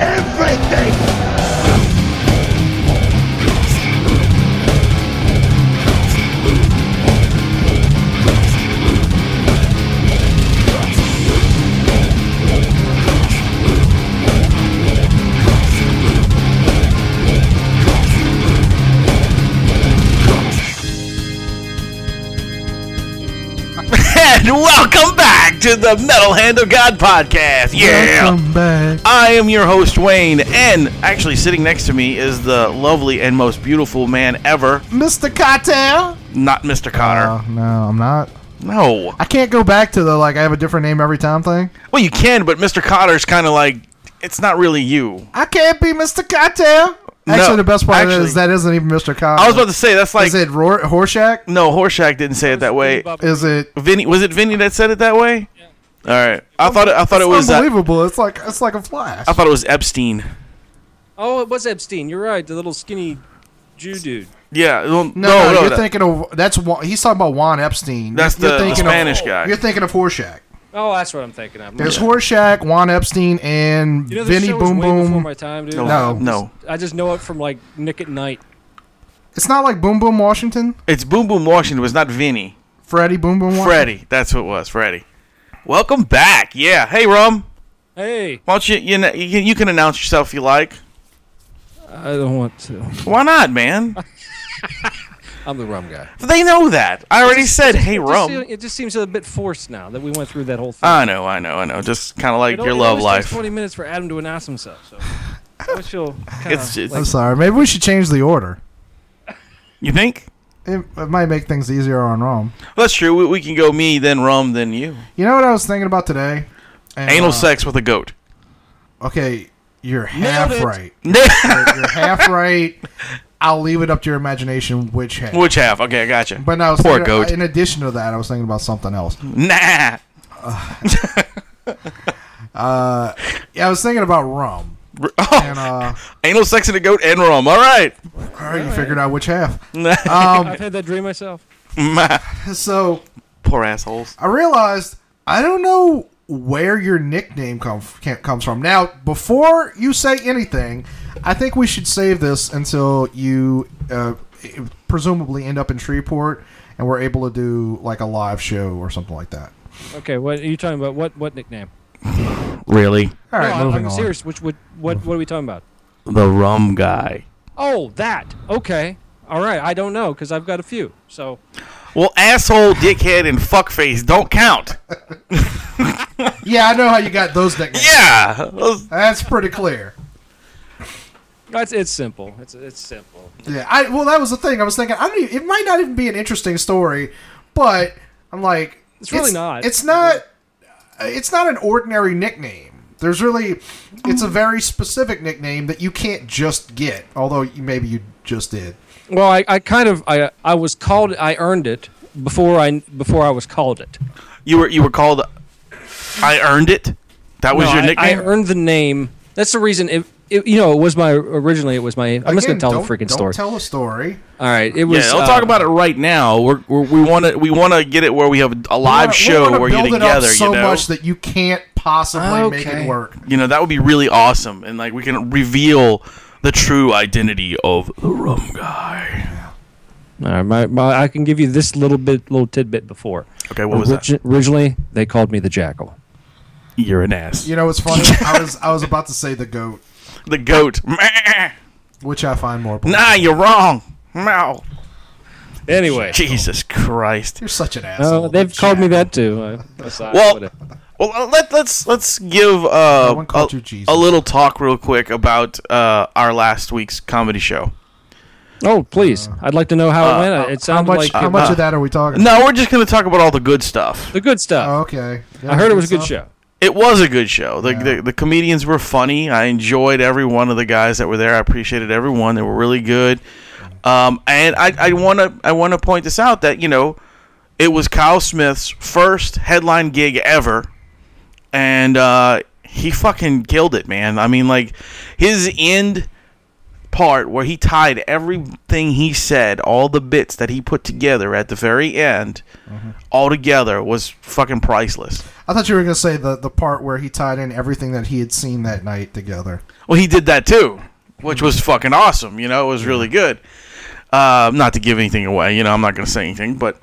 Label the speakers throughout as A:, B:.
A: everything.
B: And welcome back to the Metal Hand of God podcast. Yeah.
C: Welcome back.
B: I am your host, Wayne, and actually sitting next to me is the lovely and most beautiful man ever,
C: Mr. Cocktail.
B: not Mr. Connor.
C: Oh, no, I'm not.
B: no.
C: I can't go back to the like I have a different name every time thing.
B: Well, you can, but Mr. Connor's kind of like, it's not really you.
C: I can't be Mr. Cocktail. Actually, the best part
B: actually-
C: is that isn't even Mr. Cocktail.
B: I was about to say, that's like,
C: is it Ror- Horshack?
B: no, Horshack didn't say it that way.
C: Is it?
B: Vinny, was it Vinny that said it that way? All right. I thought it, I thought it was, uh,
C: unbelievable. it's like it's like a flash.
B: I thought it was Epstein.
D: Oh, it was Epstein. You're right. The little skinny Jew dude.
B: Yeah. No, no,
C: no, no, you're
B: that-
C: thinking of that's Wa- he's talking about Juan Epstein.
B: that's
C: You're
B: the, the
C: thinking of- Oh,
B: Spanish guy.
C: You're thinking of Horshack.
D: Oh, that's what I'm thinking of.
C: There's
D: Yeah.
C: Horshack, Juan Epstein, and
D: you know, this
C: Vinny
D: show was
C: Boom
D: way before
C: Boom.
D: my time, dude.
C: No.
B: No.
D: I just know it from like Nick at Night.
C: It's not like Boom Boom Washington,
B: It's Boom Boom Washington. It was not Vinny.
C: Freddie Boom Boom. Washington.
B: Freddie. That's what it was. Freddie. Welcome back. Yeah. Hey, Rum.
D: Hey,
B: Why don't you you, know, you can- you can announce yourself if you like.
D: I don't want to.
B: Why not, man?
D: I'm the rum guy.
B: They know that. I already said, "Hey,
D: it just,
B: Rum."
D: seems, it just seems a bit forced now that we went through that whole thing.
B: I know, I know, I know. Just kind of like
D: It al-
B: your
D: it
B: love
D: always takes
B: life.
D: 20 minutes for Adam to announce himself. So, I wish you'll kinda,
B: It's just,
C: I'm sorry. Maybe we should change the order.
B: you think?
C: It, it might make things easier on Rome.
B: Well, that's true. We, we can go me, then Rum, then you.
C: You know what I was thinking about today? And,
B: Anal
C: uh,
B: sex with a goat.
C: Okay, you're half
D: it.
C: right. You're half right. I'll leave it up to your imagination which half.
B: Which half? Okay, I gotcha.
C: but no, I was
B: poor
C: thinking-
B: goat.
C: In addition to that, I was thinking about something else.
B: nah.
C: Yeah, I was thinking about rum.
B: R- Oh,
C: And uh,
B: anal sex with a goat and rum. All right.
C: all right, you figured out which half. Um,
D: I've had that dream myself.
C: So
B: Poor assholes.
C: I realized I don't know where your nickname come, can, comes from. Now, before you say anything, I think we should save this until you uh, presumably end up in Shreveport and we're able to do like a live show or something like that.
D: Okay, what are you talking about? What what nickname?
B: Really?
C: All right,
D: no, I'm-
C: moving
D: I'm
C: on.
D: serious. Which would what what are we talking about?
B: The rum guy.
D: Oh, that. Okay. All right. I don't know because I've got a few. So
B: Well, asshole, dickhead, and fuckface don't count.
C: Yeah, I know how you got those nicknames.
B: Yeah. Those-
C: That's pretty clear.
D: it's it's simple. It's it's simple.
C: Yeah, I well, that was the thing. I was thinking, I don't. Even, it might not even be an interesting story, but I'm like,
D: It's really not.
C: It's not. It's not an ordinary nickname. There's really, it's a very specific nickname that you can't just get. Although you, maybe you just did.
D: Well, I, I kind of I I was called I earned it before I before I was called it.
B: You were you were called. I earned it. That was
D: No,
B: your
D: I-
B: nickname.
D: I earned the name. That's the reason. It, it, you know, it was my originally. It was my. I'm just gonna
C: Again,
D: tell the
C: don't-
D: freaking
C: don't
D: story.
C: Tell a story.
D: All right. It was.
B: yeah, I'll
D: uh,
B: talk about it right now. We're, we're, we want to we want to get it where we have a
C: We
B: live
C: wanna- we
B: show
C: wanna
B: where you're
C: build it up
B: together.
C: so
B: you know,
C: much that you can't possibly make
D: Okay.
C: it work.
B: you know that would be really awesome, and like we can reveal the true identity of the rum guy.
D: All right, my, my, I can give you this little bit, little tidbit before.
B: Okay, what was that?
D: Origi- Originally, they called me the Jackal.
B: You're an ass.
C: You know what's funny? I was I was about to say the goat,
B: the goat. Meh.
C: which I find more.
B: Nah, you're wrong. No.
D: Anyway,
B: Jesus Christ.
C: You're such an asshole.
D: uh, they've
C: Jack.
D: called me that too. Uh, aside,
B: Well,
D: whatever.
B: well, uh, let, let's let's give uh,
C: No one called
B: a,
C: you Jesus.
B: a little talk real quick about uh, our last week's comedy show.
D: oh please, I'd like to know how
B: uh,
D: it went. It
C: Uh, How
D: sounded
C: much?
D: like
C: how much of that are we talking?
B: No, we're just going to talk about all the good stuff.
D: the good stuff.
C: Oh, Okay.
D: I heard it was a good show.
B: It was a good show. The, the the comedians were funny. I enjoyed every one of the guys that were there. I appreciated everyone. They were really good. Um, and I want to I want to point this out that you know it was Kyle Smith's first headline gig ever, and uh, he fucking killed it, man. I mean, like his end part where he tied everything he said, all the bits that he put together at the very end, all together was fucking priceless.
C: I thought you were going to say the, the part where he tied in everything that he had seen that night together.
B: Well, he did that too, which was fucking awesome. You know, it was really good. Um, not to give anything away, you know, I'm not going to say anything, but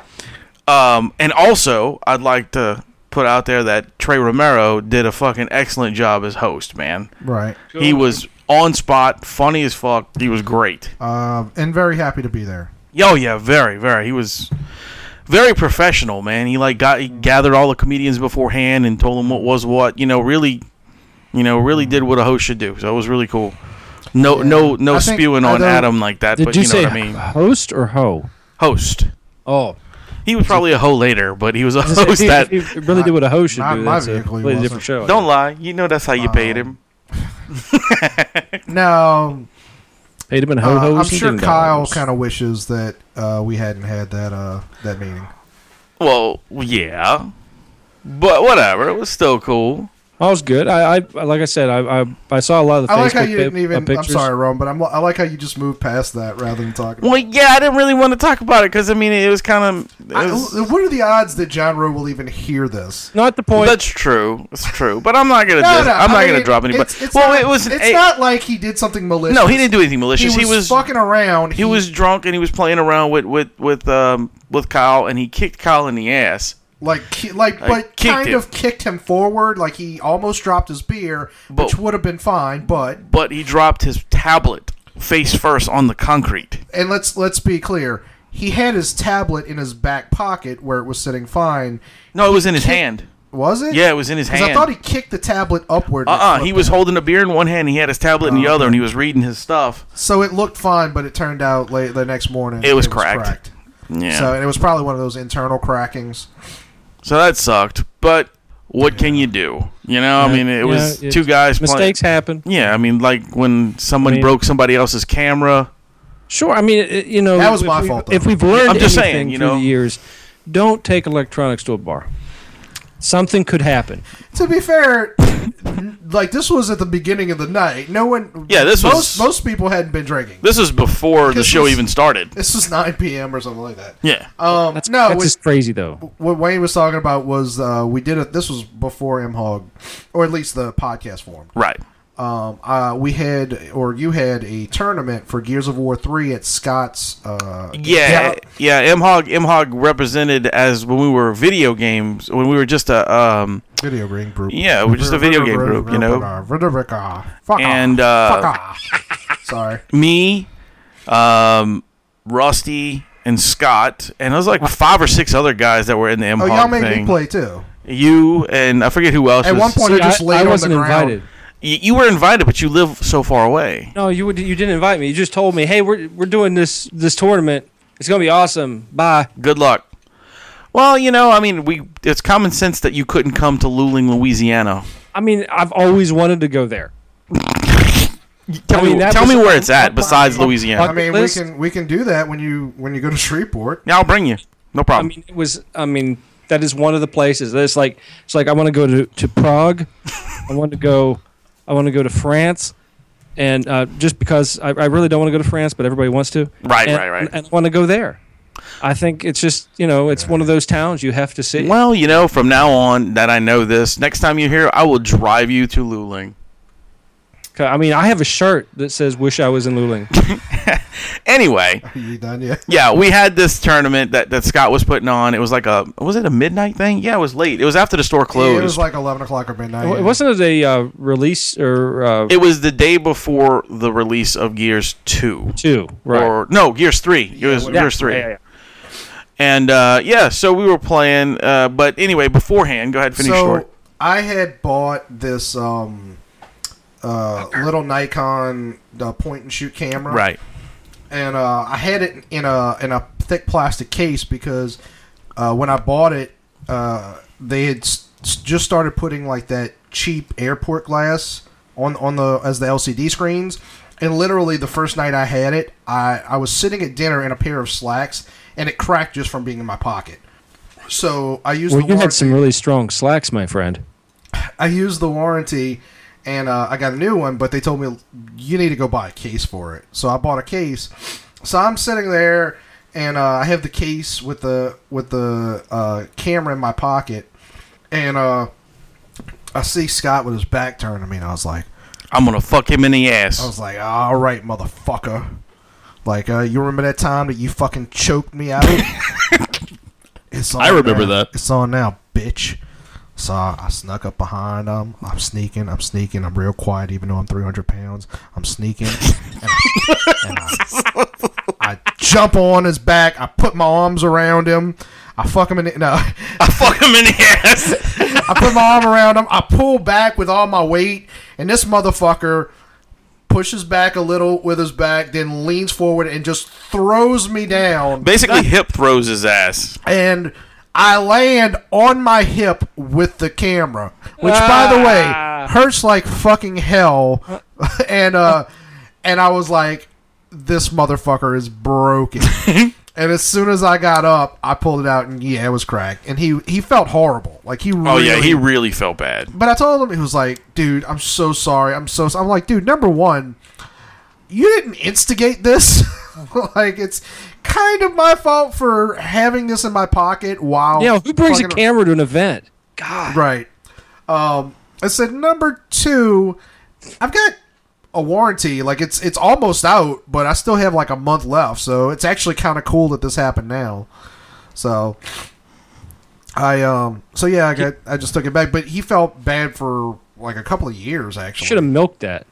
B: um, and also I'd like to put out there that Trey Romero did a fucking excellent job as host, man.
C: Right.
B: He was on spot, funny as fuck. He was great.
C: Um, and very happy to be there.
B: Oh yeah, very, very. He was very professional, man. He like got he gathered all the comedians beforehand and told them what was what. You know, really, you know, really did what a host should do. So it was really cool. No, no, no
C: I think-
B: spewing
C: I
B: on
C: don't-
B: Adam like that.
D: Did
B: but
D: you,
B: you, know
D: say
B: what I mean?
D: host or hoe?
B: Host.
D: Oh,
B: He was probably a hoe later, but he was a host
D: He-
B: that.
D: he really did what a host should
C: Not
D: do.
C: my
D: That's a
C: vehicle, he
D: completely
C: wasn't.
D: different show.
B: Don't lie. You know that's how you paid him.
C: Now,
D: paid him in ho
C: uh,
D: ho.
C: I'm sure Kyle kind of wishes that uh, we hadn't had that uh, that meeting.
B: Well, yeah, but whatever. It was still cool.
D: I was good. I, I like I said, I, I I saw a lot of the
C: I like
D: Facebook
C: how you didn't
D: pi- uh,
C: even. I'm
D: pictures.
C: sorry, Rome, but I'm, I like how you just moved past that rather than talking.
B: Well, yeah, I didn't really want to talk about it because I mean it was kind of.
C: I- what are the odds that John Rowe will even hear this?
D: Not the point.
B: That's true. It's true. But I'm not gonna.
C: No,
B: dis-
C: no,
B: I'm not
C: I
B: gonna
C: mean,
B: drop anybody.
C: It's, it's
B: well,
C: not,
B: it was. an
C: It's
B: a-
C: not like he did something malicious.
B: no, he didn't do anything malicious.
C: He was, fucking around.
B: he was drunk and he was playing around with with with um with Kyle and he kicked Kyle in the ass.
C: like ki- like,
B: I
C: but
B: kicked
C: kind
B: him.
C: of kicked him forward. Like he almost dropped his beer,
B: But-
C: which would have been fine. But
B: But he dropped his tablet face first on the concrete.
C: and let's let's be clear. He had his tablet in his back pocket where it was sitting fine.
B: No, it was in his hand.
C: Was it?
B: Yeah, it was in his
C: 'Cause
B: hand.
C: I thought he kicked the tablet upward.
B: uh
C: and it Oh,
B: uh
C: flipped
B: He was
C: him.
B: holding a beer in one hand. He had his tablet in the other, and he was reading his stuff.
C: so it looked fine, but it turned out late the next morning
B: It was cracked. Yeah.
C: So
B: So,
C: and it was probably one of those internal crackings.
B: that sucked. But what can you do? You know, I mean, it
D: Yeah,
B: was
D: it's-
B: two guys playing.
D: mistakes happen.
B: Yeah, I mean, like when someone
D: I mean-
B: broke somebody else's camera.
D: Sure, I mean, it- you know,
C: That was
D: if
C: my
D: we-
C: fault, though.
D: If we've learned
B: I'm just
D: anything
B: saying, you
D: through
B: know.
D: the years, don't take electronics to a bar. Something could happen.
C: To be fair, like this was at the beginning of the night. No one.
B: Yeah, this was-
C: most most people hadn't been drinking.
B: This is before the
C: This
B: show
C: was-
B: even started.
C: This was 9 p.m. or something like that.
B: Yeah.
C: Um,
D: That's
C: no,
D: that's
C: what-
D: just crazy though.
C: what Wayne was talking about was uh, we did it. This was before M Hog, or at least the podcast formed.
B: Right.
C: Um, uh, we had, or you had, a tournament for Gears of War three at Scott's. Uh,
B: Yeah, yeah. M Hog, M Hog represented as when we were video games, when we were just a, um,
C: video game group.
B: yeah, we're just a video game group, you know.
C: ah, Fuck off.
B: And
C: Fuck
B: uh,
C: off. Sorry.
B: me, um, Rusty, and Scott, and there was like five or six other guys that were in the M
C: Oh, y'all
B: Hog
C: made me
B: thing.
C: play too.
B: You and I forget who else.
C: At
B: was-
C: one point, I just
D: I,
C: laid
D: I
C: on
D: wasn't
C: the ground.
D: invited.
B: Y- you were invited, but you live so far away.
D: No, you would, you didn't invite me. You just told me, "Hey, we're we're doing this this tournament. It's gonna be awesome. Bye."
B: Good luck. Well, you know, I mean, we—it's common sense that you couldn't come to Luling, Louisiana.
D: I mean, I've always wanted to go there.
B: Tell
D: I mean,
B: me,
D: that
B: tell
D: was-
B: me where it's at besides Louisiana.
C: I mean, we
D: List.
C: can we can do that when you when you go to Shreveport.
B: Yeah, I'll bring you. No
D: I
B: problem.
D: mean, it was. I mean, that is one of the places. It's like it's like I want to go to to Prague. I want to go. I want to go to France, and uh, just because I, I really don't want to go to France, but everybody wants to.
B: Right,
D: And-
B: right, right.
D: And, I want to go there. I think it's just you know it's one of those towns you have to see.
B: well, you know, from now on that I know this, next time you're here, I will drive you to Luling.
D: 'Cause, I mean, I have a shirt that says "Wish I was in Luling."
B: Anyway,
C: Are you done yet?
B: yeah, we had this tournament that, that Scott was putting on. It was like a was it a midnight thing? Yeah, it was late. It was after the store closed.
C: It was like eleven o'clock or midnight.
D: It wasn't a uh, release or uh,
B: the day before the release of Gears Two.
D: two, right?
B: Or no, Gears Three. It was
D: Yeah,
B: Gears Three.
D: yeah, yeah.
B: And uh, yeah, so we were playing. Uh, but anyway, beforehand, go ahead, finish
C: so
B: short.
C: I had bought this um, uh, little Nikon uh, point and shoot camera,
B: Right.
C: And uh, I had it in a in a thick plastic case because uh, when I bought it, uh, they had s- s- just started putting like that cheap airport glass on on the as the LCD screens. And literally the first night I had it, I, I was sitting at dinner in a pair of slacks, and it cracked just from being in my pocket. So I used
D: Well,
C: the
D: you had
C: warranty-
D: some really strong slacks, my friend.
C: I used the warranty and uh, I got a new one, but they told me you need to go buy a case for it. So I bought a case. So I'm sitting there, and uh, I have the case with the with the uh, camera in my pocket, and uh, I see Scott with his back turned to me, and I was like,
B: I'm gonna fuck him in the ass.
D: Oh.
C: I was like, all right, motherfucker. Like, uh, you remember that time that you fucking choked me out? it's on
E: I remember
C: now.
E: that.
C: It's on now, bitch. So I I snuck up behind him. I'm sneaking. I'm sneaking. I'm real quiet, even though I'm 300 pounds. I'm sneaking. And I, and I- I jump on his back. I put my arms around him. I fuck him in the. No.
B: I fuck him in the ass.
C: I put my arm around him. I pull back with all my weight, and this motherfucker pushes back a little with his back, then leans forward and just throws me down.
B: Basically, hip throws his ass.
C: And I land on my hip with the camera, which, by the way, hurts like fucking hell. and uh, and I was like, this motherfucker is broken. And as soon as I got up, I pulled it out, and yeah, it was cracked. And he he felt horrible. Like he really
B: Oh yeah, he really felt bad.
C: but I told him he was like, "Dude, I'm so sorry. I'm so." so-" I'm like, "Dude, number one, you didn't instigate this. like, it's kind of my fault for having this in my pocket while
D: Yeah, who brings a
C: fucking-
D: camera to an event?
C: Right. Um, I said number two. I've got a warranty. Like it's it's almost out, but I still have like a month left. So it's actually kind of cool that this happened now. So I um so yeah I got I just took it back, but he felt bad for like a couple of years actually.
D: Should have milked that.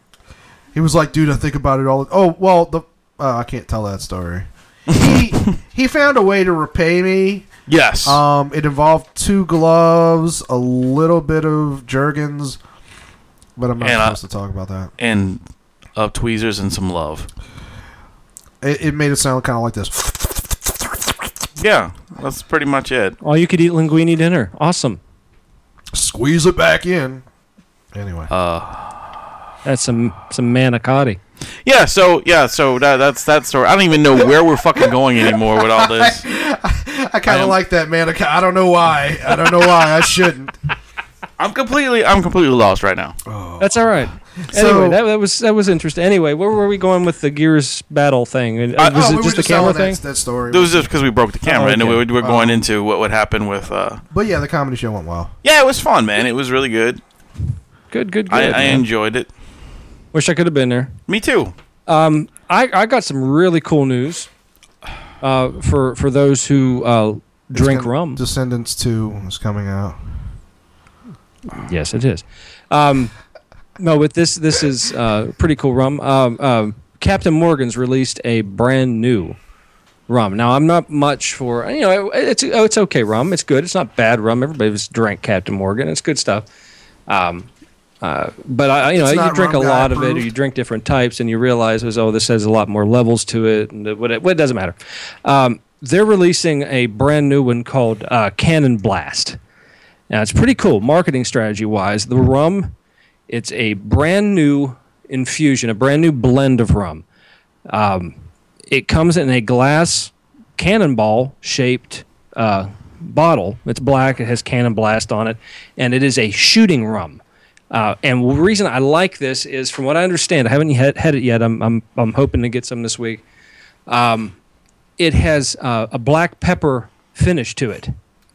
C: He was like, dude, I think about it all. Oh, well, the uh, I can't tell that story. he he found a way to repay me.
B: Yes.
D: Uh,
C: Um, it involved two gloves, a little bit of Jergens, but I'm not
B: And I-
C: supposed to talk about that.
B: and uh, tweezers and some love.
C: It, it made it sound kind of like this.
B: Yeah, that's pretty much it.
D: Oh, you could eat linguine dinner. Awesome.
C: Squeeze it back in. Anyway,
B: Uh,
D: That's some some manicotti.
B: Yeah. So yeah. So that, that's that story. I don't even know where we're fucking going anymore with all this.
C: I kind
B: I
C: of
B: am-
C: like that, man. I ki- I don't know why. I don't know why. I shouldn't.
B: I'm completely I'm completely lost right now.
D: That's all right.
C: So-
D: anyway, that, that was that was interesting. Anyway, where were we going with the Gears battle thing? Was
B: oh,
D: it
C: were
D: just the
C: telling
D: camera thing?
C: That, that story.
B: It was just because we broke the camera, and we
D: okay.
B: were, we were going into what would happen with. Uh,
C: but yeah, the comedy show went well.
B: yeah, it was fun, man. It was really good.
D: Good, good, good.
B: I, I
D: man.
B: enjoyed it.
D: Wish I could have been there.
B: Me too.
D: Um, I, I got some really cool news uh, for for those who uh, drink
C: Descend-
D: rum.
C: Descendants Two is coming out.
D: Yes, it is. Um, no, but this this is uh, pretty cool rum. Um, um, Captain Morgan's released a brand new rum. Now I'm not much for you know it, it's oh it's okay rum. It's good. It's not bad rum. Everybody's drank Captain Morgan. It's good stuff. Um, uh, but I, I- you know,
C: It's
D: you
C: not
D: drink a
C: rum guy
D: lot of it, or
C: approved.
D: you drink different types, and you realize, oh, this has a lot more levels to it, and it- what it, what it doesn't matter. Um, they're releasing a brand new one called uh, Cannon Blast. Now it's pretty cool marketing strategy wise. The rum, it's a brand new infusion, a brand new blend of rum. Um, it comes in a glass cannonball shaped uh, bottle. It's black. It has cannon blast on it, and it is a shooting rum. Uh, and the reason I like this is, from what I understand, I haven't had, had it yet. I'm, I'm, I'm hoping to get some this week. Um, it has uh, a black pepper finish to it,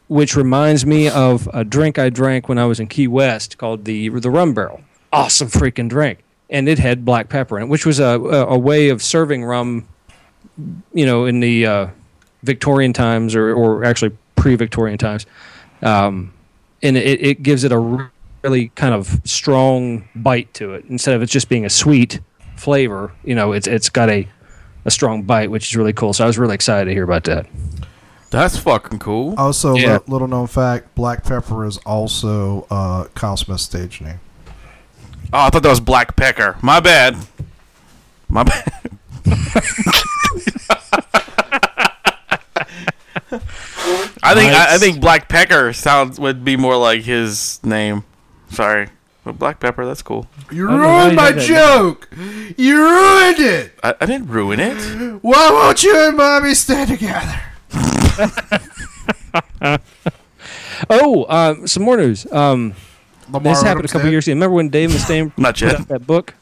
D: which reminds me of a drink I drank when I was in Key West called the the Rum Barrel. Awesome freaking drink, and it had black pepper in it, which was a a, a way of serving rum you know, in the uh, Victorian times or, or actually pre-Victorian times, um, and it, it gives it a really kind of strong bite to it. Instead of it just being a sweet flavor, you know, it's it's got a a strong bite, which is really cool. So I was really excited to hear about that.
B: That's fucking cool.
C: Also,
D: Yeah.
C: li- little known fact: Black Pepper is also uh, Kyle Smith's stage name.
B: Oh, I thought that was Black Pecker. My bad. My bad. I think I, I think Black Pecker sounds would be more like his name. Sorry, but Black Pepper. That's cool.
C: You
D: don't know why
C: ruined
D: you
C: my
D: had that.
C: joke. You ruined it.
B: I, I didn't ruin it.
C: Why won't you and mommy stand together?
D: Oh, uh, some more news. Um,
C: Lamar
D: this happened a
C: Odom's
D: couple
C: dead.
D: years ago. Remember when Dave Mustaine
B: Not
D: put
B: yet.
D: out that book?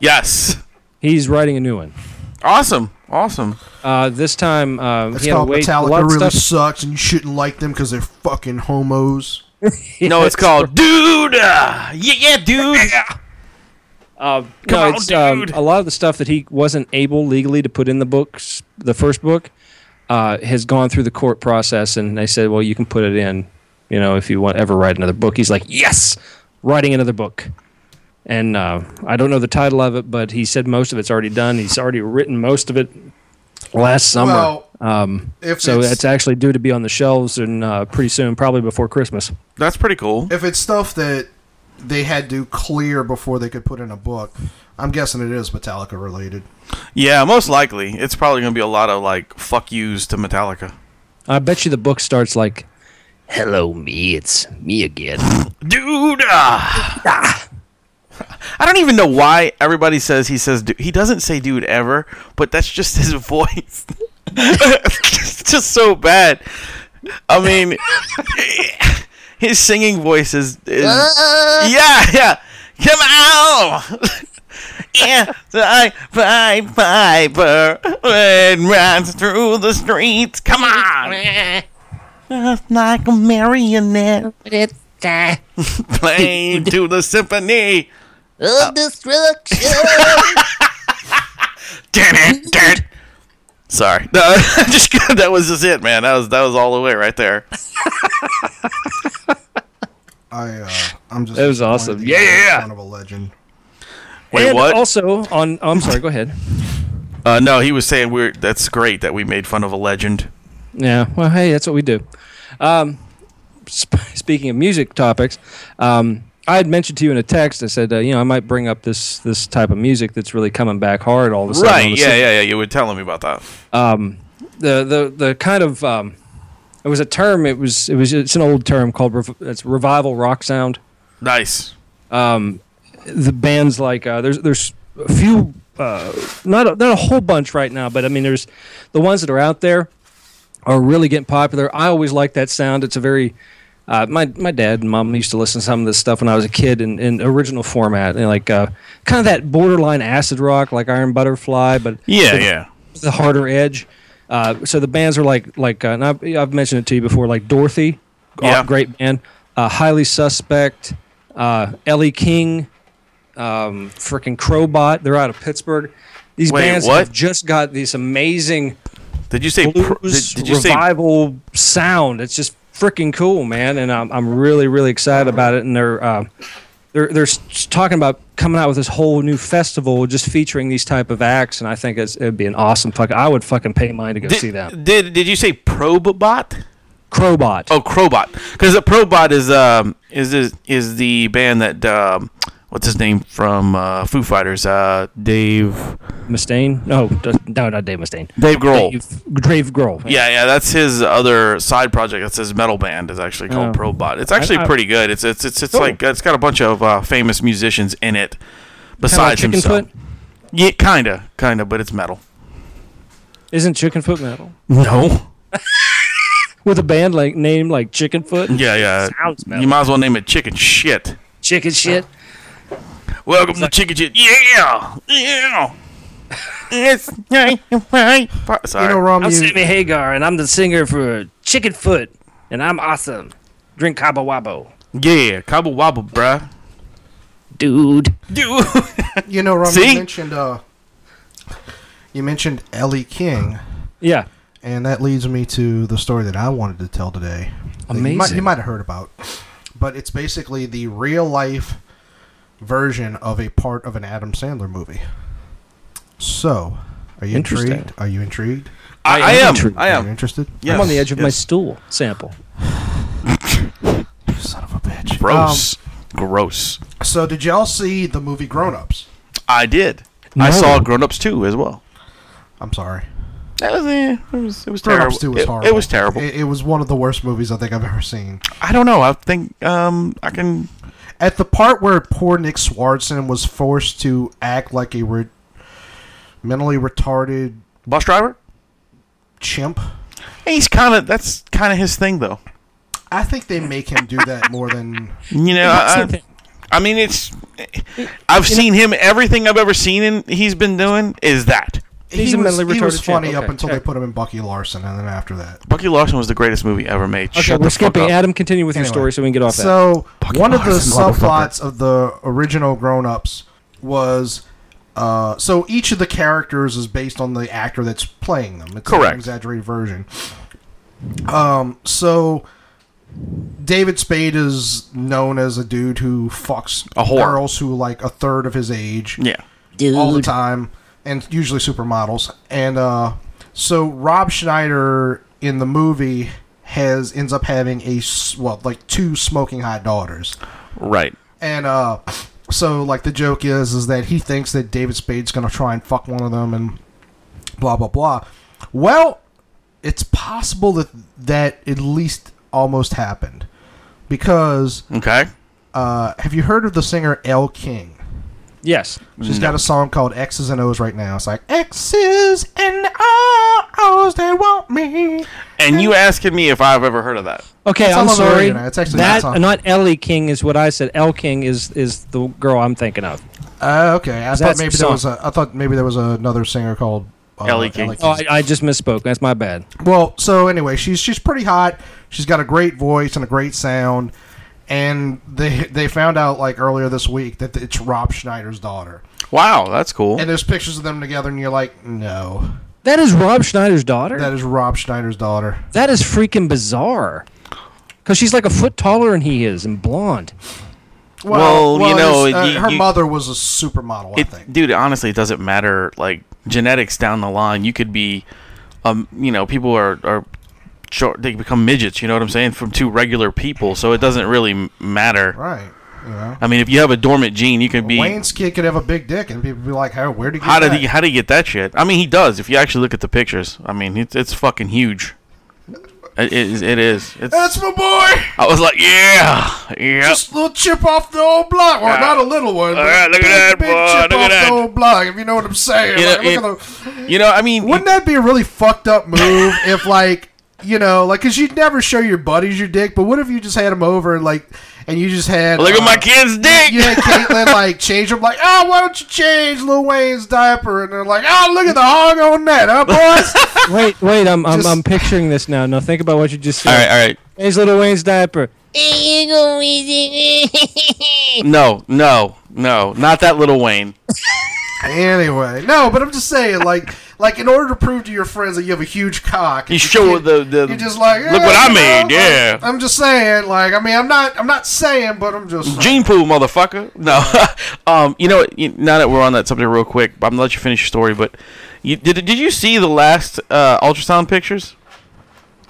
B: Yes.
D: He's writing a new one.
B: Awesome. Awesome.
D: Uh, this time um,
C: It's
D: he had to
C: called
D: wait a
C: Metallica
D: lot of
C: really
D: stuff.
C: sucks, and you shouldn't like them because they're fucking homos.
B: No, it's called Dude. Yeah, yeah, dude.
D: Uh,
B: Come
D: no,
B: on,
D: it's, um,
B: dude.
D: a lot of the stuff that he wasn't able legally to put in the books, the first book, uh, has gone through the court process, and they said, "Well, you can put it in, you know, if you want ever write another book." He's like, "Yes, writing another book," and uh, I don't know the title of it, but he said most of it's already done. He's already written most of it last summer,
C: Well,
D: um,
C: if
D: so
C: it's-
D: it's actually due to be on the shelves and uh, pretty soon, probably before Christmas.
B: That's pretty cool.
C: If it's stuff that they had to clear before they could put in a book, I'm guessing it is Metallica related.
B: Yeah, most likely. It's probably going to be a lot of like fuck yous to Metallica.
D: I bet you the book starts like, "Hello, me, it's me again."
B: Dude. I don't even know why everybody says he says dude. He doesn't say dude ever, but that's just his voice. it's just so bad. I mean, his singing voice is, is yeah, yeah. Come on. yeah, I find fiber and runs through the streets. Come on. Just like a marionette playing to the symphony.
C: Oh,
E: of destruction.
B: Damn it, dude. Sorry, no, I just that was just it, man. That was that was all the way right there.
C: I uh, I'm just
D: That was
C: disappointed
D: awesome.
C: that
B: Yeah,
C: you
B: yeah,
C: made
B: yeah.
C: fun of a legend.
B: Wait,
D: and
B: what?
D: Also, on oh, I'm sorry. Go ahead.
B: uh, no, he was saying we're. That's great that we made fun of a legend.
D: Yeah. Well, hey, that's what we do. Um, sp- speaking of music topics, um, I had mentioned to you in a text. I said, uh, you know, I might bring up this this type of music that's really coming back hard all of a sudden. on
B: Right?
D: the
B: Yeah,
D: scene.
B: yeah, yeah. You were telling me about that.
D: The the the kind of um, it was a term. It was it was it's an old term called rev- it's revival rock sound.
B: Nice.
D: the bands like uh, there's there's a few uh, not a, not a whole bunch right now, but I mean there's the ones that are out there are really getting popular. I always like that sound. It's a very uh, my my dad and mom used to listen to some of this stuff when I was a kid in, in original format, and like uh, kind of that borderline acid rock, like Iron Butterfly, but
B: Yeah,
D: but
B: yeah.
D: the harder edge. Uh, so the bands are like like uh, and I've, I've mentioned it to you before, like Dorothy, aw-
B: Yeah.
D: great band, uh, Highly Suspect, uh, Ellie King, um, freaking Crowbot. They're out of Pittsburgh. These
B: Wait,
D: bands
B: what?
D: have just got this amazing
B: Did you say? Pr- did,
D: blues
B: did you say?
D: revival sound. It's just freaking cool, man, and I'm, I'm really really excited about it. And they're uh, they're they're s- talking about coming out with this whole new festival just featuring these type of acts, and I think it's, it'd be an awesome fucking. I would fucking pay money to go see that.
B: Did, Oh. did did you say Probot?
D: Crowbot.
B: Oh, Crowbot. Because the Probot is um is is, is the band that um what's his name from uh, Foo Fighters uh Dave
D: Mustaine. No, d- no, not Dave Mustaine.
B: Dave Grohl.
D: Dave, Dave Grohl.
B: Yeah, yeah, that's his other side project. That's his metal band. is actually called
D: Oh.
B: Probot. It's actually
D: I- I-
B: pretty good. It's it's it's, it's
D: Cool.
B: like it's got a bunch of uh, famous musicians in it.
D: Kinda like
B: Besides himself,
D: Chickenfoot.
B: yeah, kinda, kinda, but it's metal.
D: Isn't Chickenfoot metal?
B: No.
D: With a band like name like Chickenfoot,
B: Yeah, yeah.
D: Sounds metal.
B: You might as well name it Chicken Shit.
D: chicken shit.
B: Welcome to Chicken Shit. Yeah, yeah. It's
C: You know,
B: sorry.
C: Rom,
D: I'm
C: you,
D: Sammy Hagar, and I'm the singer for Chickenfoot, and I'm awesome. Drink Cabo Wabo.
B: Yeah, cobble wobble, bruh.
E: Dude.
B: Dude.
C: you know, Rom,
B: See?
C: you mentioned uh, you mentioned Ellie King,
D: Yeah.
C: and that leads me to the story that I wanted to tell today. that You might,
D: Amazing.
C: you might have heard about, but it's basically the real life version of a part of an Adam Sandler movie. So, are you
D: Interesting.
C: intrigued? Are you intrigued?
B: I,
D: I
B: I
D: am
B: am.
D: intrigued.
B: I
C: Are you
B: am.
C: interested?
B: Yes,
D: I'm on the edge of my
B: yes.
D: stool sample.
C: Son of a bitch.
B: Gross.
D: Um,
B: Gross.
C: Um, so, did y'all see the movie Grown Ups?
B: I did. I
D: No.
B: saw Grown Ups 2 as well.
C: I'm sorry.
B: That was eh, it. Was, it was
C: Grown
B: terrible.
C: Ups 2 was
B: it,
C: horrible.
B: it was terrible.
C: It, it was one of the worst movies I think I've ever seen.
B: I don't know. I think um I can.
C: At the part where poor Nick Swartzen was forced to act like a re- mentally retarded
B: Bus driver.
C: chimp,
B: He's kind of that's kind of his thing though.
C: I think they make him do that more than
B: You know,
D: That's the
B: I,
D: thing.
B: I mean, it's. I've seen him. Everything I've ever seen him. He's been doing is that.
D: He's
C: he
D: a
C: was,
D: mentally
C: he was
D: retarded champ.
C: funny up
D: Okay,
C: until
D: check.
C: they put him in Bucky Larson, and then after that.
B: Bucky Larson was the greatest movie ever made.
D: Okay,
B: Shut
D: we're
B: the fuck
D: skipping.
B: up.
D: Adam, continue with your
C: Anyway.
D: story so we can get off that.
C: So
B: Bucky
C: one of the
B: Larson, motherfucker.
C: subplots of the original Grown Ups was. Uh, so each of the characters is based on the actor that's playing them. It's
B: Correct.
C: an exaggerated version. Um, so David Spade is known as a dude who fucks
B: A whore.
C: girls who like a third of his age
B: Yeah.
E: dude.
C: all the time, and usually supermodels. And uh, so Rob Schneider in the movie has ends up having a s- well, like two smoking hot daughters,
B: Right.
C: and uh, so like the joke is is that he thinks that David Spade's gonna try and fuck one of them, and blah blah blah. Well, it's possible that that at least almost happened because
B: Okay.
C: uh, have you heard of the singer L King?
D: yes.
C: She's got a song called X's and O's right now. It's like X's and O's, they want me.
B: And you asking me if I've ever heard of that?
D: Okay,
C: It's
D: I'm
C: all over
D: sorry.
C: internet. It's actually
D: that,
C: not on-
D: not Ellie King is what I said. Elle King is is the girl I'm thinking of.
C: Uh, okay, I
D: That's
C: thought maybe
D: the
C: there
D: song.
C: was a. I thought maybe there was another singer called uh,
B: Ellie King.
D: Oh, I, I just misspoke. That's my bad.
C: Well, so anyway, she's she's pretty hot. She's got a great voice and a great sound. And they they found out like earlier this week that it's Rob Schneider's daughter.
B: Wow, that's cool.
C: And there's pictures of them together, and you're like, no,
D: That is Rob Schneider's daughter.
C: that is Rob Schneider's daughter.
D: that is freaking bizarre. Because she's like a foot taller than he is and blonde.
B: Well, you know,
C: it's, uh,
B: you-
C: her
B: you-
C: mother was a supermodel. I think.
B: It, dude, honestly, it doesn't matter. Like genetics down the line, you could be, um, you know, people are are short. They become midgets. You know what I'm saying? From two regular people, so it doesn't really m- matter.
C: Right. You know,
B: I mean, if you have a dormant gene, you could be.
C: Wayne's kid could have a big dick, and people be like, "How? Where did he?
B: how
C: get
B: did he?
C: that?"
B: How did he get that shit? I mean, he does. If you actually look at the pictures, I mean, it's it's fucking huge. It, it, is- it is. It's,
C: That's my boy.
B: I was like, yeah, yeah.
C: Just a little chip off the old block. Well,
B: Yeah.
C: not a little one. But
B: right, look
C: big,
B: at that,
C: big
B: boy.
C: chip
B: Look
C: off
B: at that.
C: the old block. If you know what I'm saying.
B: You
C: Like,
B: know,
C: look at the-
B: You know, I mean,
C: wouldn't that be a really fucked up move if, like, you know, like, cause you'd never show your buddies your dick, but what if you just had them over and like, and you just had
B: look at
C: uh,
B: my kid's dick.
C: You had Caitlyn like change them, like, oh, why don't you change Lil Wayne's diaper? And they're like, oh, look at the hog on that, huh, boys?
D: Wait, wait, I'm, I'm,
C: Just-
D: I'm picturing this now. Now think about what you just said.
B: All right, all right.
D: Change Little Wayne's diaper.
E: There you go, Weezy.
B: No, no, no, not that little Wayne.
C: Anyway, no, but I'm just saying, like, like in order to prove to your friends that you have a huge cock,
B: You show the the.
C: you're just like,
B: look what
C: "Eh,
B: I
C: you know,
B: made,
C: I'm-
B: yeah.
C: I'm just saying, like, I mean, I'm not, I'm not saying, but I'm just,
B: Gene pool, motherfucker. No, um, you know, what, you- now that we're on that subject, real quick, I'm gonna let you finish your story. But you, did did you see the last uh, ultrasound pictures?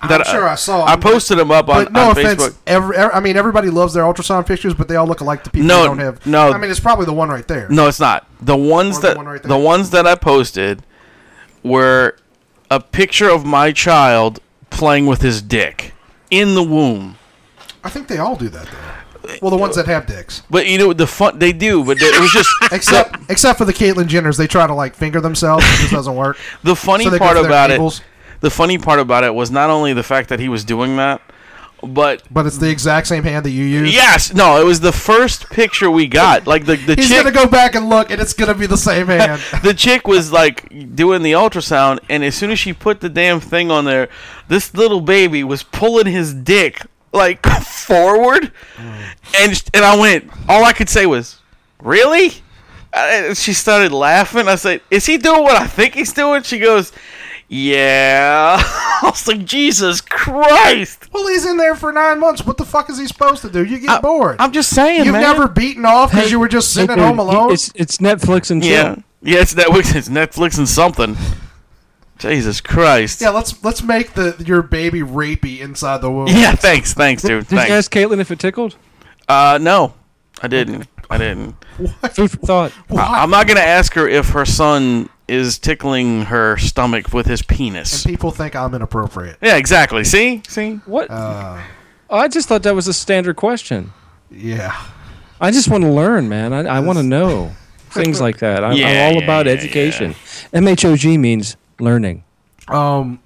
B: uh,
C: I'm sure I saw.
B: I
C: them, but-
B: posted them up on,
C: But no
B: on
C: offense,
B: Facebook.
C: every, every, I mean, everybody loves their ultrasound pictures, but they all look alike to people
B: No,
C: who don't have.
B: no.
C: I mean, it's probably the one right there.
B: No, it's not. The ones
C: Or the
B: that
C: one right
B: the
C: there.
B: ones that I posted were a picture of my child playing with his dick in the womb.
C: I think they all do that. though. Well, the ones that have dicks,
B: But you know the fun they do, but it was just
C: except except for the Caitlyn Jenners, they try to like finger themselves. It just doesn't work.
B: The funny
C: So they go
B: part
C: for their
B: about
C: cables?
B: it, the funny part about it was not only the fact that he was doing that, but
C: But it's the exact same hand that you use.
B: yes, no, it was the first picture we got. Like the the
C: He's
B: chick,
C: gonna go back and look, and it's gonna be the same hand.
B: the chick was like doing the ultrasound, and as soon as she put the damn thing on there, this little baby was pulling his dick like forward,
C: Mm.
B: and and I went, all I could say was, really? I, she started laughing. I said, "Is he doing what I think he's doing?" She goes, "Yeah." I was like, "Jesus Christ!"
C: well, he's in there for nine months. What the fuck is he supposed to do? You get bored.
B: I'm just saying,
C: You've
B: man.
C: never beaten off because
D: Hey,
C: you were just
D: Hey,
C: sitting
D: dude,
C: at home
D: you-
C: alone.
D: It's, it's Netflix and chill.
B: Yeah, yeah. It's Netflix. It's Netflix and something. Jesus Christ.
C: yeah, let's let's make the your baby rapey inside the womb.
B: Yeah, Thanks. Thanks, dude.
D: Did you
B: Thanks.
D: ask Caitlin if it tickled?
B: Uh, no, I didn't. I didn't.
D: Food for thought.
B: I, am not gonna ask her if her son is tickling her stomach with his penis.
C: People think I'm inappropriate.
B: yeah, exactly. See, see.
D: What?
C: Uh,
D: I just thought that was a standard question.
C: yeah.
D: I just want to learn, man. I, I want to know things like that. I'm,
B: Yeah,
D: I'm all
B: yeah,
D: about
B: yeah,
D: education. MHOG means learning.
C: Um,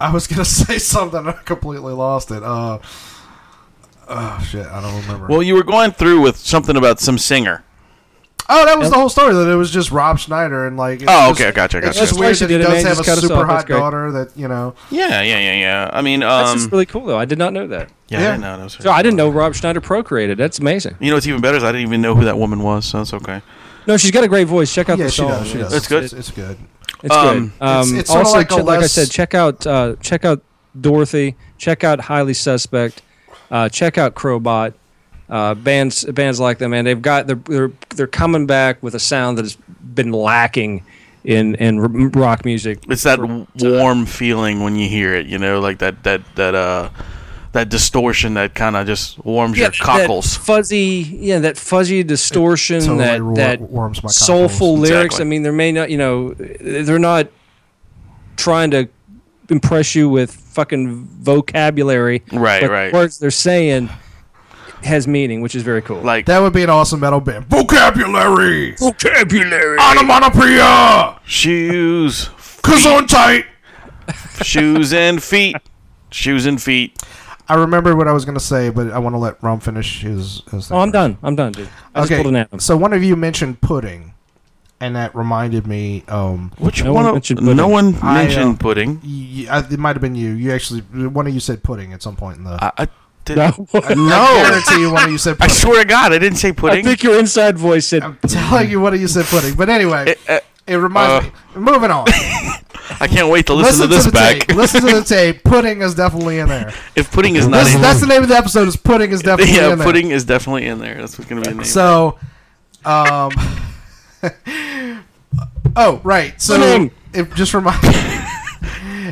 C: I was gonna say something. I completely lost it. Uh, Oh shit, I don't remember.
B: Well, you were going through with something about some singer.
C: oh, that was the whole story. That it was just Rob Schneider and like. it's
B: Oh,
C: just-
B: okay, gotcha,
C: It's
B: gotcha.
C: just
D: That's why
C: weird
D: she
C: that he
D: did it, man.
C: does
D: He
C: have a
D: just cut us
C: super
D: off. That's
C: hot
D: great.
C: daughter that you know.
B: Yeah, yeah, yeah, yeah. I mean,
D: That's
B: um,
D: just really cool, though. I did not know that.
B: yeah,
C: yeah.
B: I didn't know. That was her.
D: So I didn't know Rob Schneider procreated. That's amazing.
B: You know what's even better is I didn't even know who that woman was, so that's okay.
D: No, she's got a great voice. Check out
C: Yeah,
D: the
C: she
D: song.
C: does. She
D: It's-
C: does.
B: That's good.
C: It's, it's good.
D: It's
B: Um,
D: good. Um,
C: It's- it's sorta
D: also,
C: like
D: like,
C: a
D: like I
C: less-
D: said, check out uh, check out Dorothy. Check out Highly Suspect. Uh, check out Crowbot. Uh, bands bands like that, man. They've got they're, they're they're coming back with a sound that has been lacking in in r- rock music.
B: It's that warm feeling when you hear it, you know, like that that that uh that distortion that kind of just warms your
D: that
B: cockles.
D: fuzzy, yeah, that fuzzy distortion,
C: totally
D: that
C: wor-
D: that
C: warms my
D: soulful
C: cockles.
D: lyrics.
B: Exactly.
D: I mean, they may not, you know, they're not trying to impress you with fucking vocabulary.
B: Right,
D: but
B: right.
D: The words they're saying has meaning, which is very cool.
B: Like
C: That would be an awesome metal band. Vocabulary,
D: vocabulary.
C: onomatopoeia,
B: shoes,
C: tight.
B: shoes and feet, shoes and feet.
C: I remember what I was gonna say, but I want to let Rom finish his. his
D: Oh, I'm done. I'm done, dude. I just
C: okay,
D: pulled an atom.
C: so one of you mentioned pudding, and that reminded me. Um,
B: Which
D: No
B: one?
D: one
B: of-
D: mentioned
B: no
D: pudding.
B: one
C: I, uh,
B: mentioned pudding.
C: y- I- it might have been you. You actually, one of you said pudding at some point in the.
B: I, I did,
D: No.
C: I
B: Uh, no,
C: guarantee you, one of you said
B: I
C: pudding.
B: swear to God, I didn't say
D: I
B: pudding.
D: think your inside voice said
C: telling you, one of you said pudding. But anyway, it,
B: uh,
C: reminds me. Moving on.
B: I can't wait to listen, to this
C: the
B: back.
C: tape. Listen to the tape. Pudding is definitely in there.
B: if pudding is not
C: That's,
B: in
C: that's the name of the episode. Is pudding is definitely
B: yeah,
C: in there.
B: pudding is definitely in there. That's what's gonna be in there.
C: So, um, oh right. So
D: Pudding.
C: it just reminds.